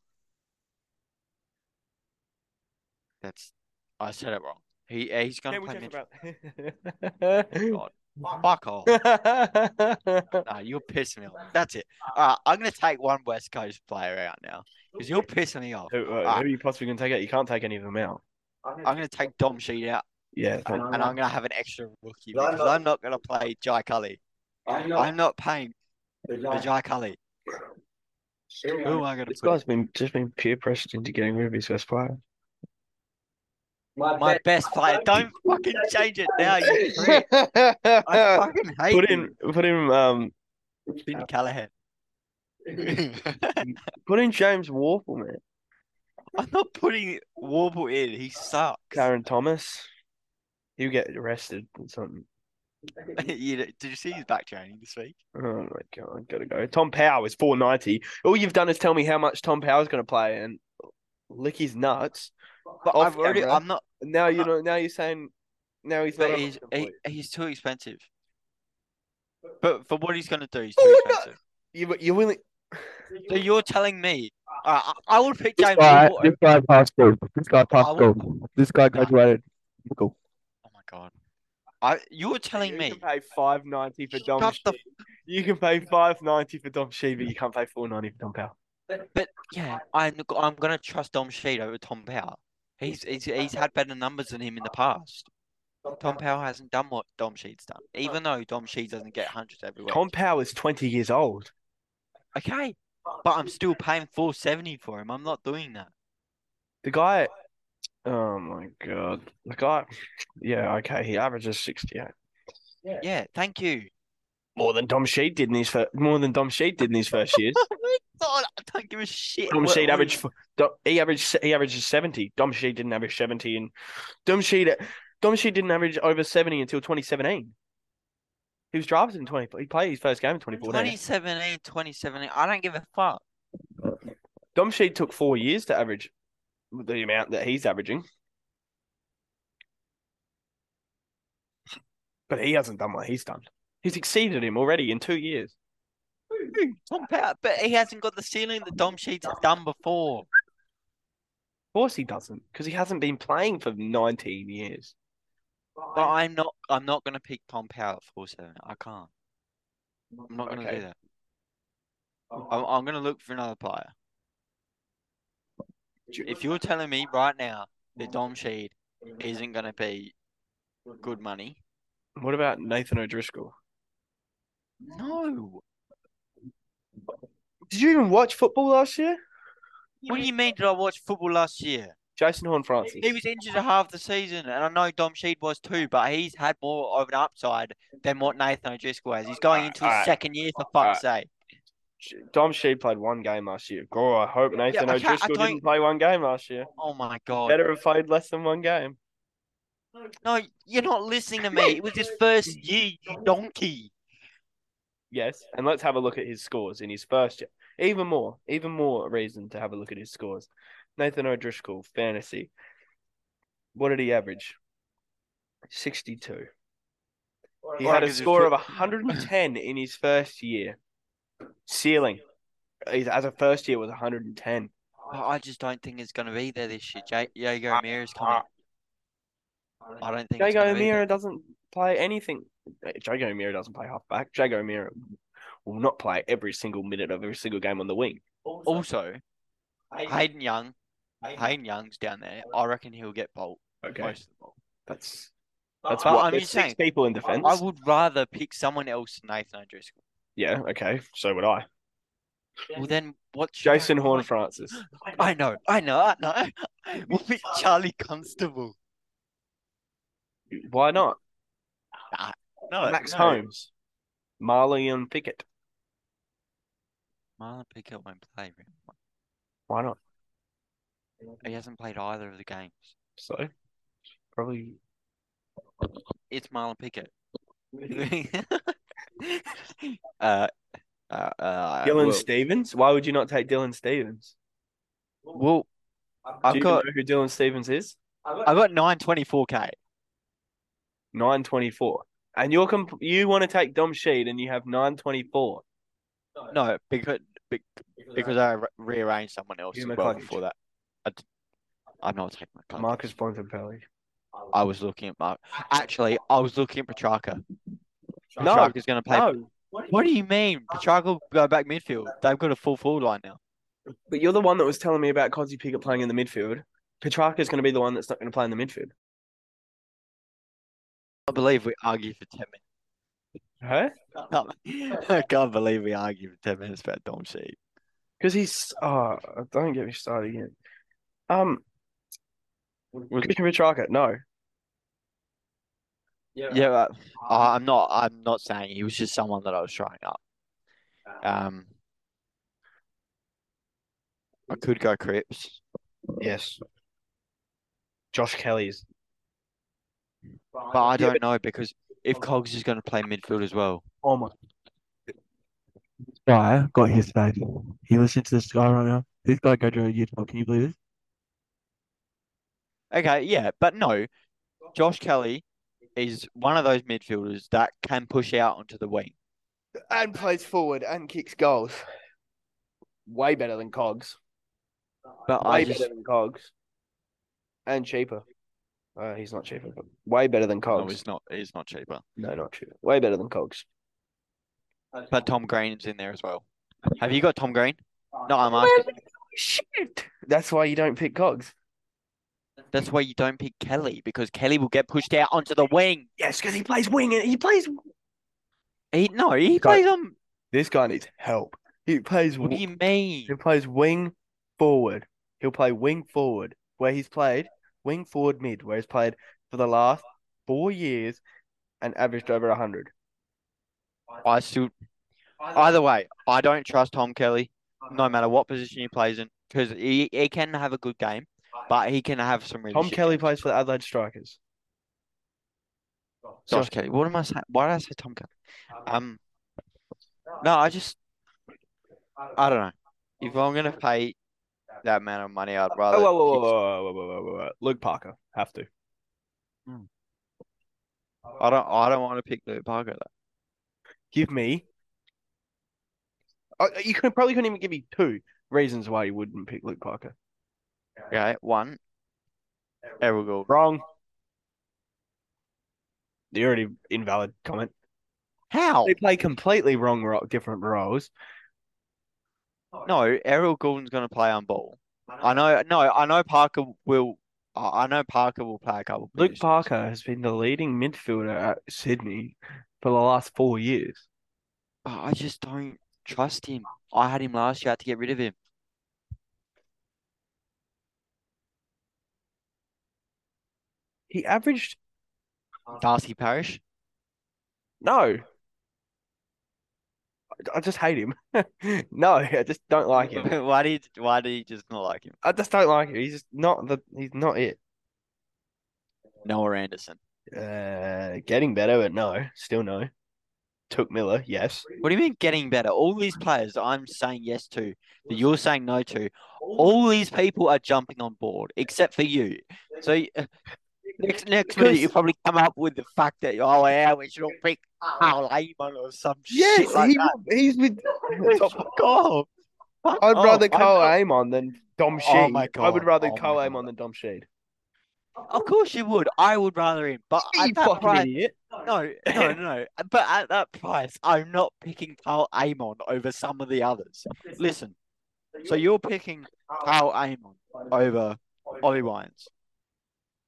Speaker 2: That's I said it wrong. He he's gonna
Speaker 1: Campbell
Speaker 2: play
Speaker 1: Jeffrey
Speaker 2: Mitchell.
Speaker 1: *laughs* Brown.
Speaker 2: Fuck off. Nah, you're pissing me off. That's it. All right, I'm gonna take one West Coast player out now because you're pissing me off.
Speaker 1: who, uh,
Speaker 2: Ah.
Speaker 1: who are you possibly going to take out? You can't take any of them out.
Speaker 2: I'm gonna take Dom Sheed out,
Speaker 1: Yeah.
Speaker 2: and,
Speaker 1: thank-
Speaker 2: and I'm gonna have an extra rookie
Speaker 4: Well, I'm
Speaker 2: because
Speaker 4: not-
Speaker 2: I'm not gonna play Jai Cully.
Speaker 4: I'm not.
Speaker 2: I'm not paying for Jai Cully. Who am I gonna
Speaker 1: This
Speaker 2: put?
Speaker 1: guy's been just been peer pressured into getting rid of his best *laughs* player.
Speaker 4: My,
Speaker 2: My
Speaker 4: bet-
Speaker 2: best player. Don't fucking change it
Speaker 1: *laughs*
Speaker 2: now, you prick. I
Speaker 1: put
Speaker 2: fucking hate
Speaker 1: in,
Speaker 2: you,
Speaker 1: put in, um,
Speaker 2: Finn
Speaker 1: *laughs*
Speaker 2: Callahan.
Speaker 1: put in James Warple, man.
Speaker 2: I'm not putting Warble in. He sucks.
Speaker 1: Karen Thomas. He'll get arrested or something.
Speaker 2: *laughs* you know, did you see his back training this week?
Speaker 1: Oh my god, gotta go. Tom Power is four ninety. All you've done is tell me how much Tom Power's gonna play and lick his nuts.
Speaker 2: But
Speaker 1: Off
Speaker 2: I've already.
Speaker 1: camera.
Speaker 2: I'm not.
Speaker 1: Now you know. Now you're saying. Now he's not.
Speaker 2: Uh, But
Speaker 1: an
Speaker 2: he's
Speaker 1: option for
Speaker 2: he,
Speaker 1: you.
Speaker 2: he's too expensive. But for what he's gonna do, he's too
Speaker 1: Oh, no.
Speaker 2: expensive.
Speaker 1: You you're willing.
Speaker 2: So you're telling me, uh, I, I would pick
Speaker 3: This
Speaker 2: James
Speaker 3: guy,
Speaker 2: Ward.
Speaker 3: this guy passed school. This guy passed
Speaker 2: will-
Speaker 3: school. This guy graduated. Cool.
Speaker 2: Oh my god! I you're telling
Speaker 1: you
Speaker 2: me.
Speaker 1: can pay five ninety for Dom.
Speaker 2: Shut the
Speaker 1: Shee. You can pay five ninety for Dom Shee, but you can't pay four ninety for Tom Power.
Speaker 2: But yeah, I'm g- I'm gonna trust Dom Sheed over Tom Power. He's he's he's had better numbers than him in the past. Tom Power hasn't done what Dom Sheed's done, even though Dom Sheed doesn't get hundreds every week.
Speaker 1: Tom Power is twenty years old.
Speaker 2: Okay, but I'm still paying four seventy for him. I'm not doing that.
Speaker 1: The guy. Oh my god. The guy. Yeah. Okay. He averages sixty eight.
Speaker 2: Yeah, thank you.
Speaker 1: More than Dom Sheed did in his first, more than Dom Sheed did in his first
Speaker 2: *laughs*
Speaker 1: years.
Speaker 2: I don't give a shit.
Speaker 1: Dom
Speaker 2: what-
Speaker 1: Sheed
Speaker 2: what
Speaker 1: averaged
Speaker 2: he-
Speaker 1: f- Dom, he averaged he averages seventy. Dom Sheed didn't average seventy, and Dom Sheed Dom Sheed didn't average over seventy until twenty seventeen. He was drafted in twenty. He played his first game in twenty fourteen.
Speaker 2: 2017, 2017. I don't give a fuck.
Speaker 1: Dom Sheed took four years to average the amount that he's averaging. But he hasn't done what he's done. He's exceeded him already in two years.
Speaker 2: Tom Power, but he hasn't got the ceiling that Dom Sheed's done before.
Speaker 1: Of course he doesn't, because he hasn't been playing for nineteen years.
Speaker 2: But I'm not. I'm not gonna pick Tom Power at four seven. I can't. I'm not gonna
Speaker 1: Okay.
Speaker 2: do that. I'm, I'm gonna look for another player. If you're telling me right now that Dom Sheed isn't gonna be good money,
Speaker 1: What about Nathan O'Driscoll?
Speaker 2: no.
Speaker 1: Did you even watch football last year?
Speaker 2: What do you mean? Did I watch football last year?
Speaker 1: Jason Horn Francis.
Speaker 2: He was injured half the season, and I know Dom Sheed was too, but he's had more of an upside than what Nathan O'Driscoll has. He's going into his
Speaker 1: Alright.
Speaker 2: second year for fuck's sake.
Speaker 1: Dom Sheed played one game last year. God, I hope Nathan
Speaker 2: okay, I
Speaker 1: O'Driscoll
Speaker 2: don't-
Speaker 1: didn't play one game last year.
Speaker 2: Oh my god!
Speaker 1: Better have played less than one game.
Speaker 2: No, you're not listening to me. It was his first year, you donkey.
Speaker 1: Yes, and let's have a look at his scores in his first year. Even more, even more reason to have a look at his scores. Nathan O'Driscoll, fantasy. What did he average? 62. He
Speaker 2: Why?
Speaker 1: had a
Speaker 2: 'Cause his
Speaker 1: score of
Speaker 2: foot-
Speaker 1: 110 in his first year. Ceiling He's- as a first year was 110.
Speaker 2: I I just don't think it's going to be there this year. Ja- Jago O'Meara's coming. I don't think it's
Speaker 1: Jago
Speaker 2: gonna be there.
Speaker 1: O'Meara doesn't play anything. Uh, Jago O'Meara doesn't play halfback. Jago O'Meara will not play every single minute of every single game on the wing.
Speaker 2: Also, Hayden Young, Hayden Young's down there. I reckon he'll get bolt most of the ball.
Speaker 1: that's that's
Speaker 2: But
Speaker 1: what
Speaker 2: I'm
Speaker 1: there's
Speaker 2: just
Speaker 1: six
Speaker 2: saying,
Speaker 1: people in defence.
Speaker 2: I would rather pick someone else than Nathan O'Driscoll.
Speaker 1: Yeah, okay, so would I.
Speaker 2: Well, then what? should I
Speaker 1: Jason Horn
Speaker 2: pick?
Speaker 1: Francis.
Speaker 2: I know, I know, I know. *laughs* We'll pick Charlie Constable.
Speaker 1: Why not?
Speaker 2: No,
Speaker 1: Max
Speaker 2: no.
Speaker 1: Holmes, Marley and Pickett.
Speaker 2: Marlon Pickett won't play. man.
Speaker 1: Why not?
Speaker 2: He hasn't played either of the games.
Speaker 1: So probably
Speaker 2: It's Marlon Pickett. *laughs* uh, uh, uh,
Speaker 1: Dylan
Speaker 2: well,
Speaker 1: Stevens. Why would you not take Dylan Stevens?
Speaker 2: well,
Speaker 1: Do
Speaker 2: I've
Speaker 1: you
Speaker 2: got
Speaker 1: know who Dylan Stevens is?
Speaker 2: I've got nine twenty four k.
Speaker 1: Nine twenty four. And you're comp- you want to take Dom Sheed and you have nine twenty four.
Speaker 2: No, because be- because I re- rearranged someone else
Speaker 1: Give
Speaker 2: as
Speaker 1: him a
Speaker 2: well
Speaker 1: cottage.
Speaker 2: before that. I d- I'm not taking my card.
Speaker 1: Marcus Bontempelli.
Speaker 2: I was looking at Mark. Actually, I was looking at Petrarca.
Speaker 1: No,
Speaker 2: Petrarca's going to play.
Speaker 1: No,
Speaker 2: What do you mean? Petrarca will go back midfield. They've got a full forward line now.
Speaker 1: but you're the one that was telling me about Cosy Pickett playing in the midfield. Petrarca's going to be the one that's not going to play in the midfield.
Speaker 2: I believe we argued for 10
Speaker 1: Huh?
Speaker 2: minutes. *laughs* I can't believe we argued for 10 minutes about Dom Sheep.
Speaker 1: Because he's. Oh, don't get me started again. Um, Christian Petrarca, no.
Speaker 2: Yeah, but I- I'm not. I'm not saying he was just someone that I was trying up. Um, I could go Cripps.
Speaker 1: Yes. Josh Kelly's.
Speaker 2: But I
Speaker 1: Yeah,
Speaker 2: don't know because if Cogs is going to play midfield as well,
Speaker 1: Oh my.
Speaker 3: guy got here today. He listens to this guy right now. This guy go to year 12. Can you believe this?
Speaker 2: okay, yeah, but no, Josh Kelly is one of those midfielders that can push out onto the wing.
Speaker 1: And plays forward and kicks goals. Way better than Cogs.
Speaker 2: But
Speaker 1: Way
Speaker 2: I just
Speaker 1: better than Cogs. And cheaper. Uh, he's not cheaper, but way better than
Speaker 2: no,
Speaker 1: Cogs.
Speaker 2: it's not. It's not cheaper.
Speaker 1: No, not cheaper. Way better than Cogs.
Speaker 2: But Tom Green's in there as well. Have you got Tom Green? No, I'm asking.
Speaker 1: Shit. That's why you don't pick Cogs.
Speaker 2: That's why you don't pick Kelly because Kelly will get pushed out onto the wing.
Speaker 1: Yes, because he plays wing and he plays.
Speaker 2: He no, he
Speaker 1: Go-
Speaker 2: plays on.
Speaker 1: This guy needs help. He plays.
Speaker 2: What do you mean?
Speaker 1: He plays wing forward. He'll play wing forward where he's played wing forward mid where he's played for the last four years and averaged over 100.
Speaker 2: I still. Either way, I don't trust Tom Kelly, no matter what position he plays in, because he, he can have a good game, but he can have some really
Speaker 1: Tom
Speaker 2: shit
Speaker 1: Kelly
Speaker 2: games.
Speaker 1: plays for the Adelaide Strikers.
Speaker 2: Josh Kelly. What am I saying? Why did I say Tom Kelly? Um, no, I just I don't know. If I'm gonna pay that amount of money, I'd rather.
Speaker 1: Oh, whoa, whoa, whoa,
Speaker 2: pick-
Speaker 1: whoa, whoa, whoa, whoa, whoa, whoa. Luke Parker, have to.
Speaker 2: I don't. I don't want to pick Luke Parker. Though.
Speaker 1: Give me. Uh, You could probably couldn't even give me two reasons why you wouldn't pick Luke Parker.
Speaker 2: Okay, one. Errol Gould.
Speaker 1: Wrong. The already invalid comment.
Speaker 2: How?
Speaker 1: They play completely wrong, ro- different roles.
Speaker 2: No, Errol Gould's gonna play on ball. I know. No, I know Parker will. I I know Parker will play a couple.
Speaker 1: Luke
Speaker 2: positions.
Speaker 1: Parker has been the leading midfielder at Sydney for the last four years.
Speaker 2: But I just don't trust him. I had him last year. I had to get rid of him.
Speaker 1: He averaged
Speaker 2: Darcy Parish.
Speaker 1: no. I- I just hate him. *laughs* no, I just don't like him.
Speaker 2: *laughs* Why did Why do you just not like him?
Speaker 1: I just don't like him. He's just not the. He's not it.
Speaker 2: Noah Anderson.
Speaker 1: Uh, getting better, but no, still no. Took Miller, yes.
Speaker 2: What do you mean getting better? All these players I'm saying yes to, that you're saying no to. All these people are jumping on board, except for you. So *laughs* you- next next minute you
Speaker 1: Because-
Speaker 2: probably come up with the fact that oh yeah, we should all pick Al Amon or some shit
Speaker 1: Yes,
Speaker 2: like
Speaker 1: he, *laughs*
Speaker 2: that.
Speaker 1: he's with.
Speaker 2: Fuck off. Fuck
Speaker 1: I'd
Speaker 2: off.
Speaker 1: rather
Speaker 2: I'm
Speaker 1: Cole
Speaker 2: not-
Speaker 1: Amon than Dom Sheed.
Speaker 2: Oh my
Speaker 1: I would
Speaker 2: God.
Speaker 1: rather
Speaker 2: Oh my
Speaker 1: Cole
Speaker 2: God.
Speaker 1: Amon than Dom Sheed.
Speaker 2: Of course you would. I would rather him, but
Speaker 1: You
Speaker 2: at that
Speaker 1: fucking
Speaker 2: price,
Speaker 1: idiot.
Speaker 2: no, no,
Speaker 1: *laughs*
Speaker 2: no, no. But at that price, I'm not picking Carl Amon over some of the others. Listen, so you're picking Carl Amon over Ollie Wines.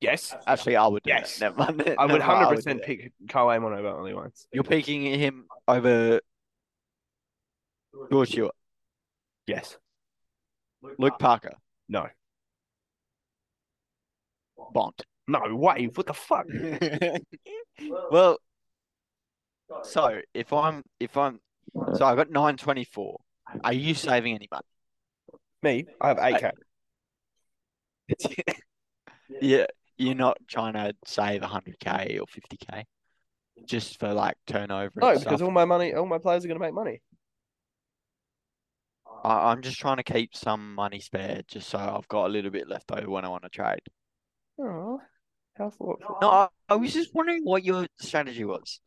Speaker 1: Yes.
Speaker 2: Actually, I would. Do
Speaker 1: Yes.
Speaker 2: that. Never mind.
Speaker 1: I would
Speaker 2: Never mind,
Speaker 1: hundred
Speaker 2: do
Speaker 1: percent
Speaker 2: that.
Speaker 1: pick Cole Amon over only once.
Speaker 2: You're picking him over George Stewart,
Speaker 1: Yes.
Speaker 2: Luke Parker,
Speaker 1: No. *laughs*
Speaker 2: Bond.
Speaker 1: No way. What the fuck?
Speaker 2: well, so if I'm if I'm so I got nine twenty four. Are you saving any money?
Speaker 1: Me, I have eight k.
Speaker 2: *laughs* Yeah, you're not trying to save 100k or 50k just for like turnover. and
Speaker 1: No,
Speaker 2: stuff.
Speaker 1: because all my money, all my players are going to make money.
Speaker 2: I, I'm just trying to keep some money spared just so I've got a little bit left over when I want to trade.
Speaker 1: Oh, how thoughtful.
Speaker 2: No, I, I was just wondering what your strategy was.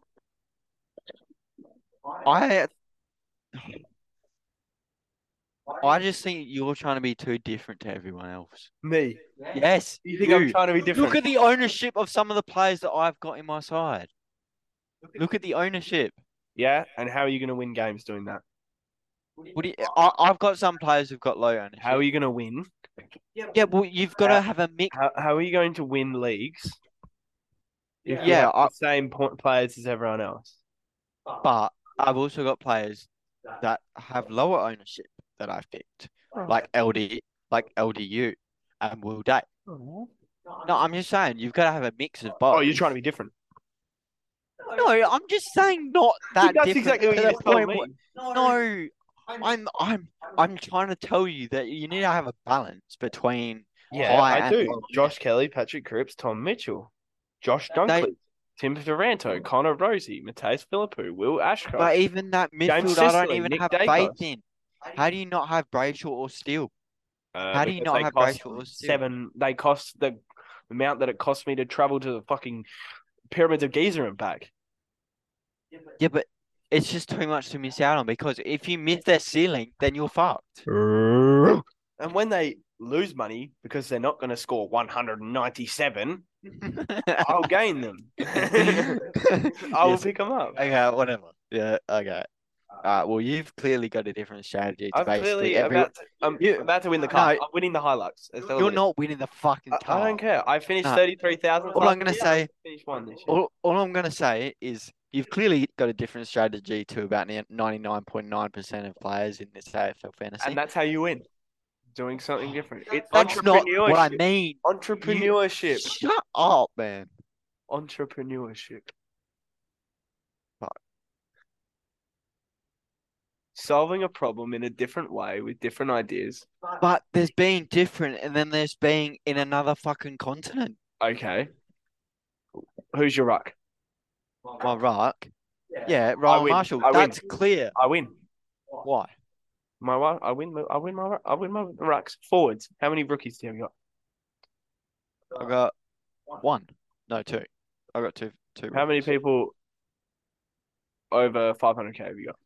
Speaker 2: I I just think you're trying to be too different to everyone else.
Speaker 1: Me.
Speaker 2: Yes.
Speaker 1: You think I'm trying to be different?
Speaker 2: Look at the ownership of some of the players that I've got in my side. Look at the ownership.
Speaker 1: yeah, and how are you going to win games doing that?
Speaker 2: What do you, I, I've got some players who've got low ownership.
Speaker 1: How are you going to win?
Speaker 2: yeah, well, you've got
Speaker 1: How-
Speaker 2: to have a mix.
Speaker 1: How, how are you going to win leagues? If you
Speaker 2: Yeah,
Speaker 1: have
Speaker 2: I-
Speaker 1: the same point players as everyone else.
Speaker 2: But I've also got players that have lower ownership that I've picked, like LD, like LDU, and Will Day. No, I'm just saying you've got to have a mix of both.
Speaker 1: Oh, you're trying to be different.
Speaker 2: No, I'm just saying
Speaker 1: *laughs*
Speaker 2: not that.
Speaker 1: That's
Speaker 2: different
Speaker 1: exactly what
Speaker 2: to
Speaker 1: you
Speaker 2: the
Speaker 1: just told
Speaker 2: point
Speaker 1: me.
Speaker 2: where- No, I'm, I'm, I'm trying to tell you that you need to have a balance between.
Speaker 1: Yeah,
Speaker 2: high
Speaker 1: I
Speaker 2: and
Speaker 1: do.
Speaker 2: low.
Speaker 1: Josh Kelly, Patrick Cripps, Tom Mitchell, Josh Dunkley, Tim Duranto, Connor Rosie, Mateus Philippou, Will Ashcroft.
Speaker 2: But even that midfield, I don't
Speaker 1: Sicily,
Speaker 2: even
Speaker 1: Nick
Speaker 2: have
Speaker 1: Dacos.
Speaker 2: faith in. How do you not have Brayshaw or Steele?
Speaker 1: Uh,
Speaker 2: How do you
Speaker 1: because
Speaker 2: not
Speaker 1: they
Speaker 2: have
Speaker 1: cost
Speaker 2: Brayshaw or Steele?
Speaker 1: seven? They cost the amount that it cost me to travel to the fucking pyramids of Giza and back.
Speaker 2: Yeah, but it's just too much to miss out on because if you miss their ceiling, then you're fucked. *laughs*
Speaker 1: and when they lose money because they're not going to score 197, I'll gain *laughs* them. I will
Speaker 2: Yes.
Speaker 1: pick them up.
Speaker 2: Okay, whatever. Yeah, okay. Uh, well, you've clearly got a different strategy to
Speaker 1: I'm
Speaker 2: basically
Speaker 1: clearly
Speaker 2: every.
Speaker 1: about to, I'm
Speaker 2: You-
Speaker 1: about to win the cup.
Speaker 2: No.
Speaker 1: I'm winning the Hilux. That's all
Speaker 2: You're
Speaker 1: it is.
Speaker 2: not winning the fucking
Speaker 1: I, I don't
Speaker 2: cup.
Speaker 1: care. I finished
Speaker 2: No.
Speaker 1: thirty-three thousand.
Speaker 2: All I'm gonna say,
Speaker 1: Finished one this year.
Speaker 2: all, all I'm gonna say is you've clearly got a different strategy to about ninety-nine point nine percent of players in this AFL fantasy.
Speaker 1: and that's how you win. Doing something different. It's
Speaker 2: That's not what I
Speaker 1: entrepreneurship.
Speaker 2: mean.
Speaker 1: Entrepreneurship.
Speaker 2: Shut up, man.
Speaker 1: Entrepreneurship.
Speaker 2: Fuck.
Speaker 1: Solving a problem in a different way with different ideas.
Speaker 2: But there's being different, and then there's being in another fucking continent.
Speaker 1: Okay. Who's your ruck?
Speaker 2: My rock. Yeah,
Speaker 1: I
Speaker 2: Ryan
Speaker 1: win,
Speaker 2: Marshall.
Speaker 1: I win.
Speaker 2: That's clear.
Speaker 1: I win.
Speaker 2: Why?
Speaker 1: My wa- I win. my- I win my. I win my rucks. Forwards. How many rookies do you have got? Uh,
Speaker 2: I got one. No, two. I got two. Two.
Speaker 1: How many
Speaker 2: rookies.
Speaker 1: people over 500k have you got?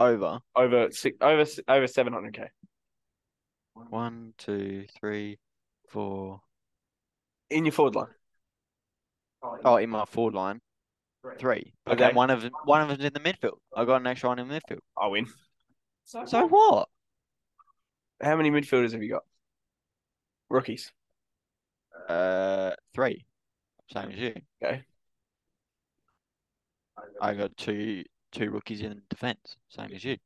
Speaker 2: Over.
Speaker 1: Over six, over s- over 700k.
Speaker 2: One, two, three, four.
Speaker 1: in your forward line.
Speaker 2: Oh, in my forward line, three. But
Speaker 1: Okay.
Speaker 2: then one of 'em- one of them's in the midfield. I got an extra one in midfield.
Speaker 1: I win.
Speaker 2: So what?
Speaker 1: How many midfielders have you got? Rookies.
Speaker 2: Uh, three. Same as you.
Speaker 1: Okay.
Speaker 2: I got two two rookies in defence. Same as you.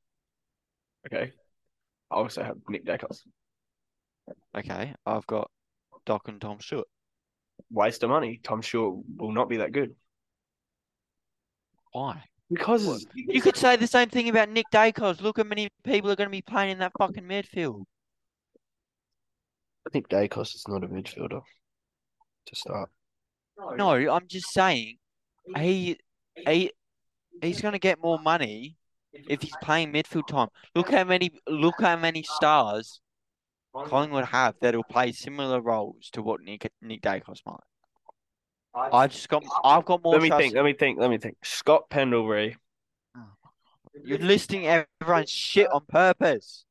Speaker 1: Okay. I also have Nick Dacos.
Speaker 2: Okay, I've got Doc and Tom Stewart.
Speaker 1: Waste of money. Tom Short will not be that good.
Speaker 2: Why?
Speaker 1: Because
Speaker 2: What? You could say the same thing about Nick Dacos. Look how many people are going to be playing in that fucking midfield.
Speaker 1: Nick Dacos is not a midfielder to start.
Speaker 2: No, I'm just saying he he he's going to get more money if he's playing midfield time. Look how many look how many stars Collingwood have that'll play similar roles to what Nick Nick Dacos might. I just got I've got more
Speaker 1: Let me
Speaker 2: trust.
Speaker 1: think. Let me think. Let me think. Scott Pendlebury.
Speaker 2: You're listing everyone's shit on purpose.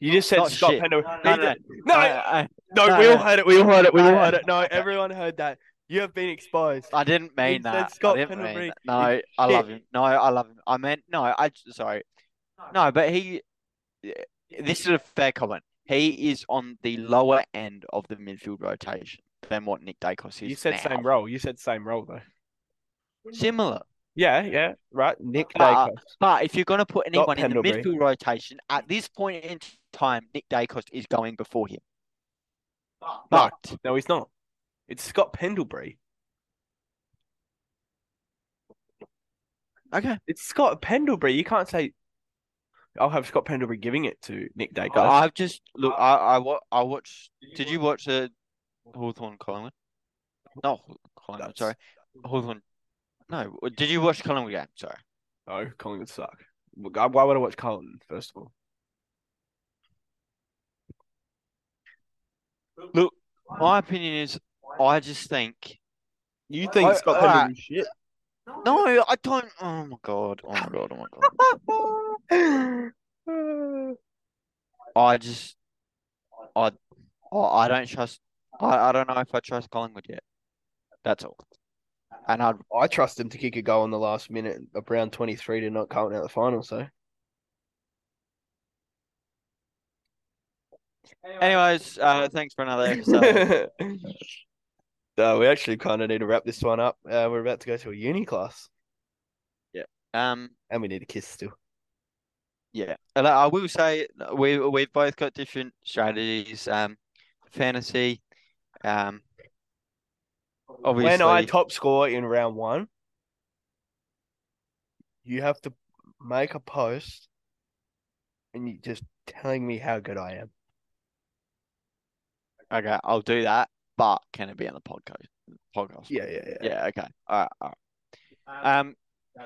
Speaker 1: You just said
Speaker 2: Not
Speaker 1: Scott
Speaker 2: shit.
Speaker 1: Pendlebury. No,
Speaker 2: No, no,
Speaker 1: no,
Speaker 2: I, I,
Speaker 1: no,
Speaker 2: no,
Speaker 1: we all
Speaker 2: no.
Speaker 1: heard it. We all heard it. We all
Speaker 2: No,
Speaker 1: heard it. No,
Speaker 2: okay.
Speaker 1: everyone heard that. You have been exposed.
Speaker 2: I didn't mean
Speaker 1: said
Speaker 2: that.
Speaker 1: Scott
Speaker 2: I didn't mean
Speaker 1: Pendlebury
Speaker 2: that. No, I
Speaker 1: *laughs* shit.
Speaker 2: love him. No, I love him. I meant no. I j- sorry. No, but he. This is a fair comment. He is on the lower end of the midfield rotation than what Nick Dacos is.
Speaker 1: You said
Speaker 2: now.
Speaker 1: same role. You said same role though.
Speaker 2: Similar,
Speaker 1: Yeah, yeah, right. Nick
Speaker 2: Nah,
Speaker 1: Dacos.
Speaker 2: but if you're going to put
Speaker 1: Not
Speaker 2: anyone in the
Speaker 1: Pendlebury.
Speaker 2: midfield rotation at this point in time, Nick Dacos is going before him. But
Speaker 1: No, he's not. It's Scott Pendlebury.
Speaker 2: okay,
Speaker 1: It's Scott Pendlebury. You can't say I'll have Scott Pendlebury giving it to Nick Dacos.
Speaker 2: I, I've just look. I I wa- I watched. Oh, Did you watch the Hawthorn Collingwood? Not Haw- Collingwood.
Speaker 1: That's-
Speaker 2: Sorry, Hawthorn. No, w- did you watch Collingwood game? Sorry.
Speaker 1: no, Collingwood Oh, suck. Why why would I watch Carlton first of all?
Speaker 2: Look, my opinion is, I just think.
Speaker 1: You
Speaker 2: think
Speaker 1: think
Speaker 2: I-
Speaker 1: Scott
Speaker 2: Scott
Speaker 1: Pendlebury
Speaker 2: alright.
Speaker 1: shit?
Speaker 2: No, I don't. Oh my god. Oh my god. Oh my god.
Speaker 1: Uh,
Speaker 2: I just, I, oh, I don't trust. I, I don't know if I trust Collingwood yet. That's all. And I'd
Speaker 1: *sighs* I trust him to kick a goal in the last minute of round 23 to knock Carlton out of the final. *laughs* So,
Speaker 2: Anyways, uh, thanks for another *laughs* episode.
Speaker 1: uh, we actually kind of need to wrap this one up. Uh, we're about to go to a uni class
Speaker 2: um,
Speaker 1: and we need a kiss still.
Speaker 2: yeah, and I I will say that we we've both got different strategies. Um, fantasy. Um, obviously,
Speaker 1: When I top score in round one, you have to make a post and you just telling me how good I am.
Speaker 2: okay, I'll do that. But can it be on the podcast? Podcast.
Speaker 1: Yeah, yeah, yeah.
Speaker 2: Yeah. Okay. All right. All right. Um,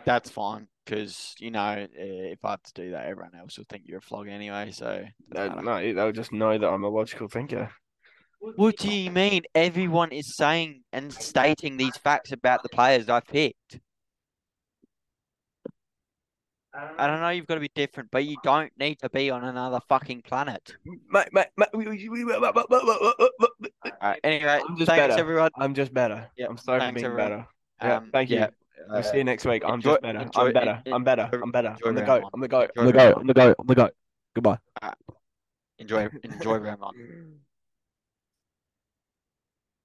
Speaker 2: that's fine because you know eh, if I have to do that, everyone else will think you're a flog anyway. So
Speaker 1: No,
Speaker 2: matter.
Speaker 1: no, they'll just know that I'm a logical thinker.
Speaker 2: What do you mean? Everyone is saying and stating these facts about the players I picked. I don't know. You've got to be different, but you don't need to be on another fucking planet.
Speaker 1: Mate, mate, mate.
Speaker 2: All right. Anyway,
Speaker 1: I'm just
Speaker 2: thanks
Speaker 1: better.
Speaker 2: everyone.
Speaker 1: I'm just better.
Speaker 2: Yep,
Speaker 1: I'm sorry for
Speaker 2: thanks,
Speaker 1: being
Speaker 2: everyone.
Speaker 1: better. Yeah,
Speaker 2: Um,
Speaker 1: thank you.
Speaker 2: yeah,
Speaker 1: we'll see you next week. I'm
Speaker 2: enjoy-
Speaker 1: just better.
Speaker 2: enjoy-
Speaker 1: I'm better. I'm better.
Speaker 2: enjoy-
Speaker 1: I'm better. I'm the
Speaker 2: round
Speaker 1: goat.
Speaker 2: one.
Speaker 1: I'm the goat.
Speaker 3: I'm the
Speaker 2: Enjoy round
Speaker 3: go. I'm the go. I'm the go. Goodbye.
Speaker 2: Enjoy. Enjoy round one.
Speaker 1: I'm the goat.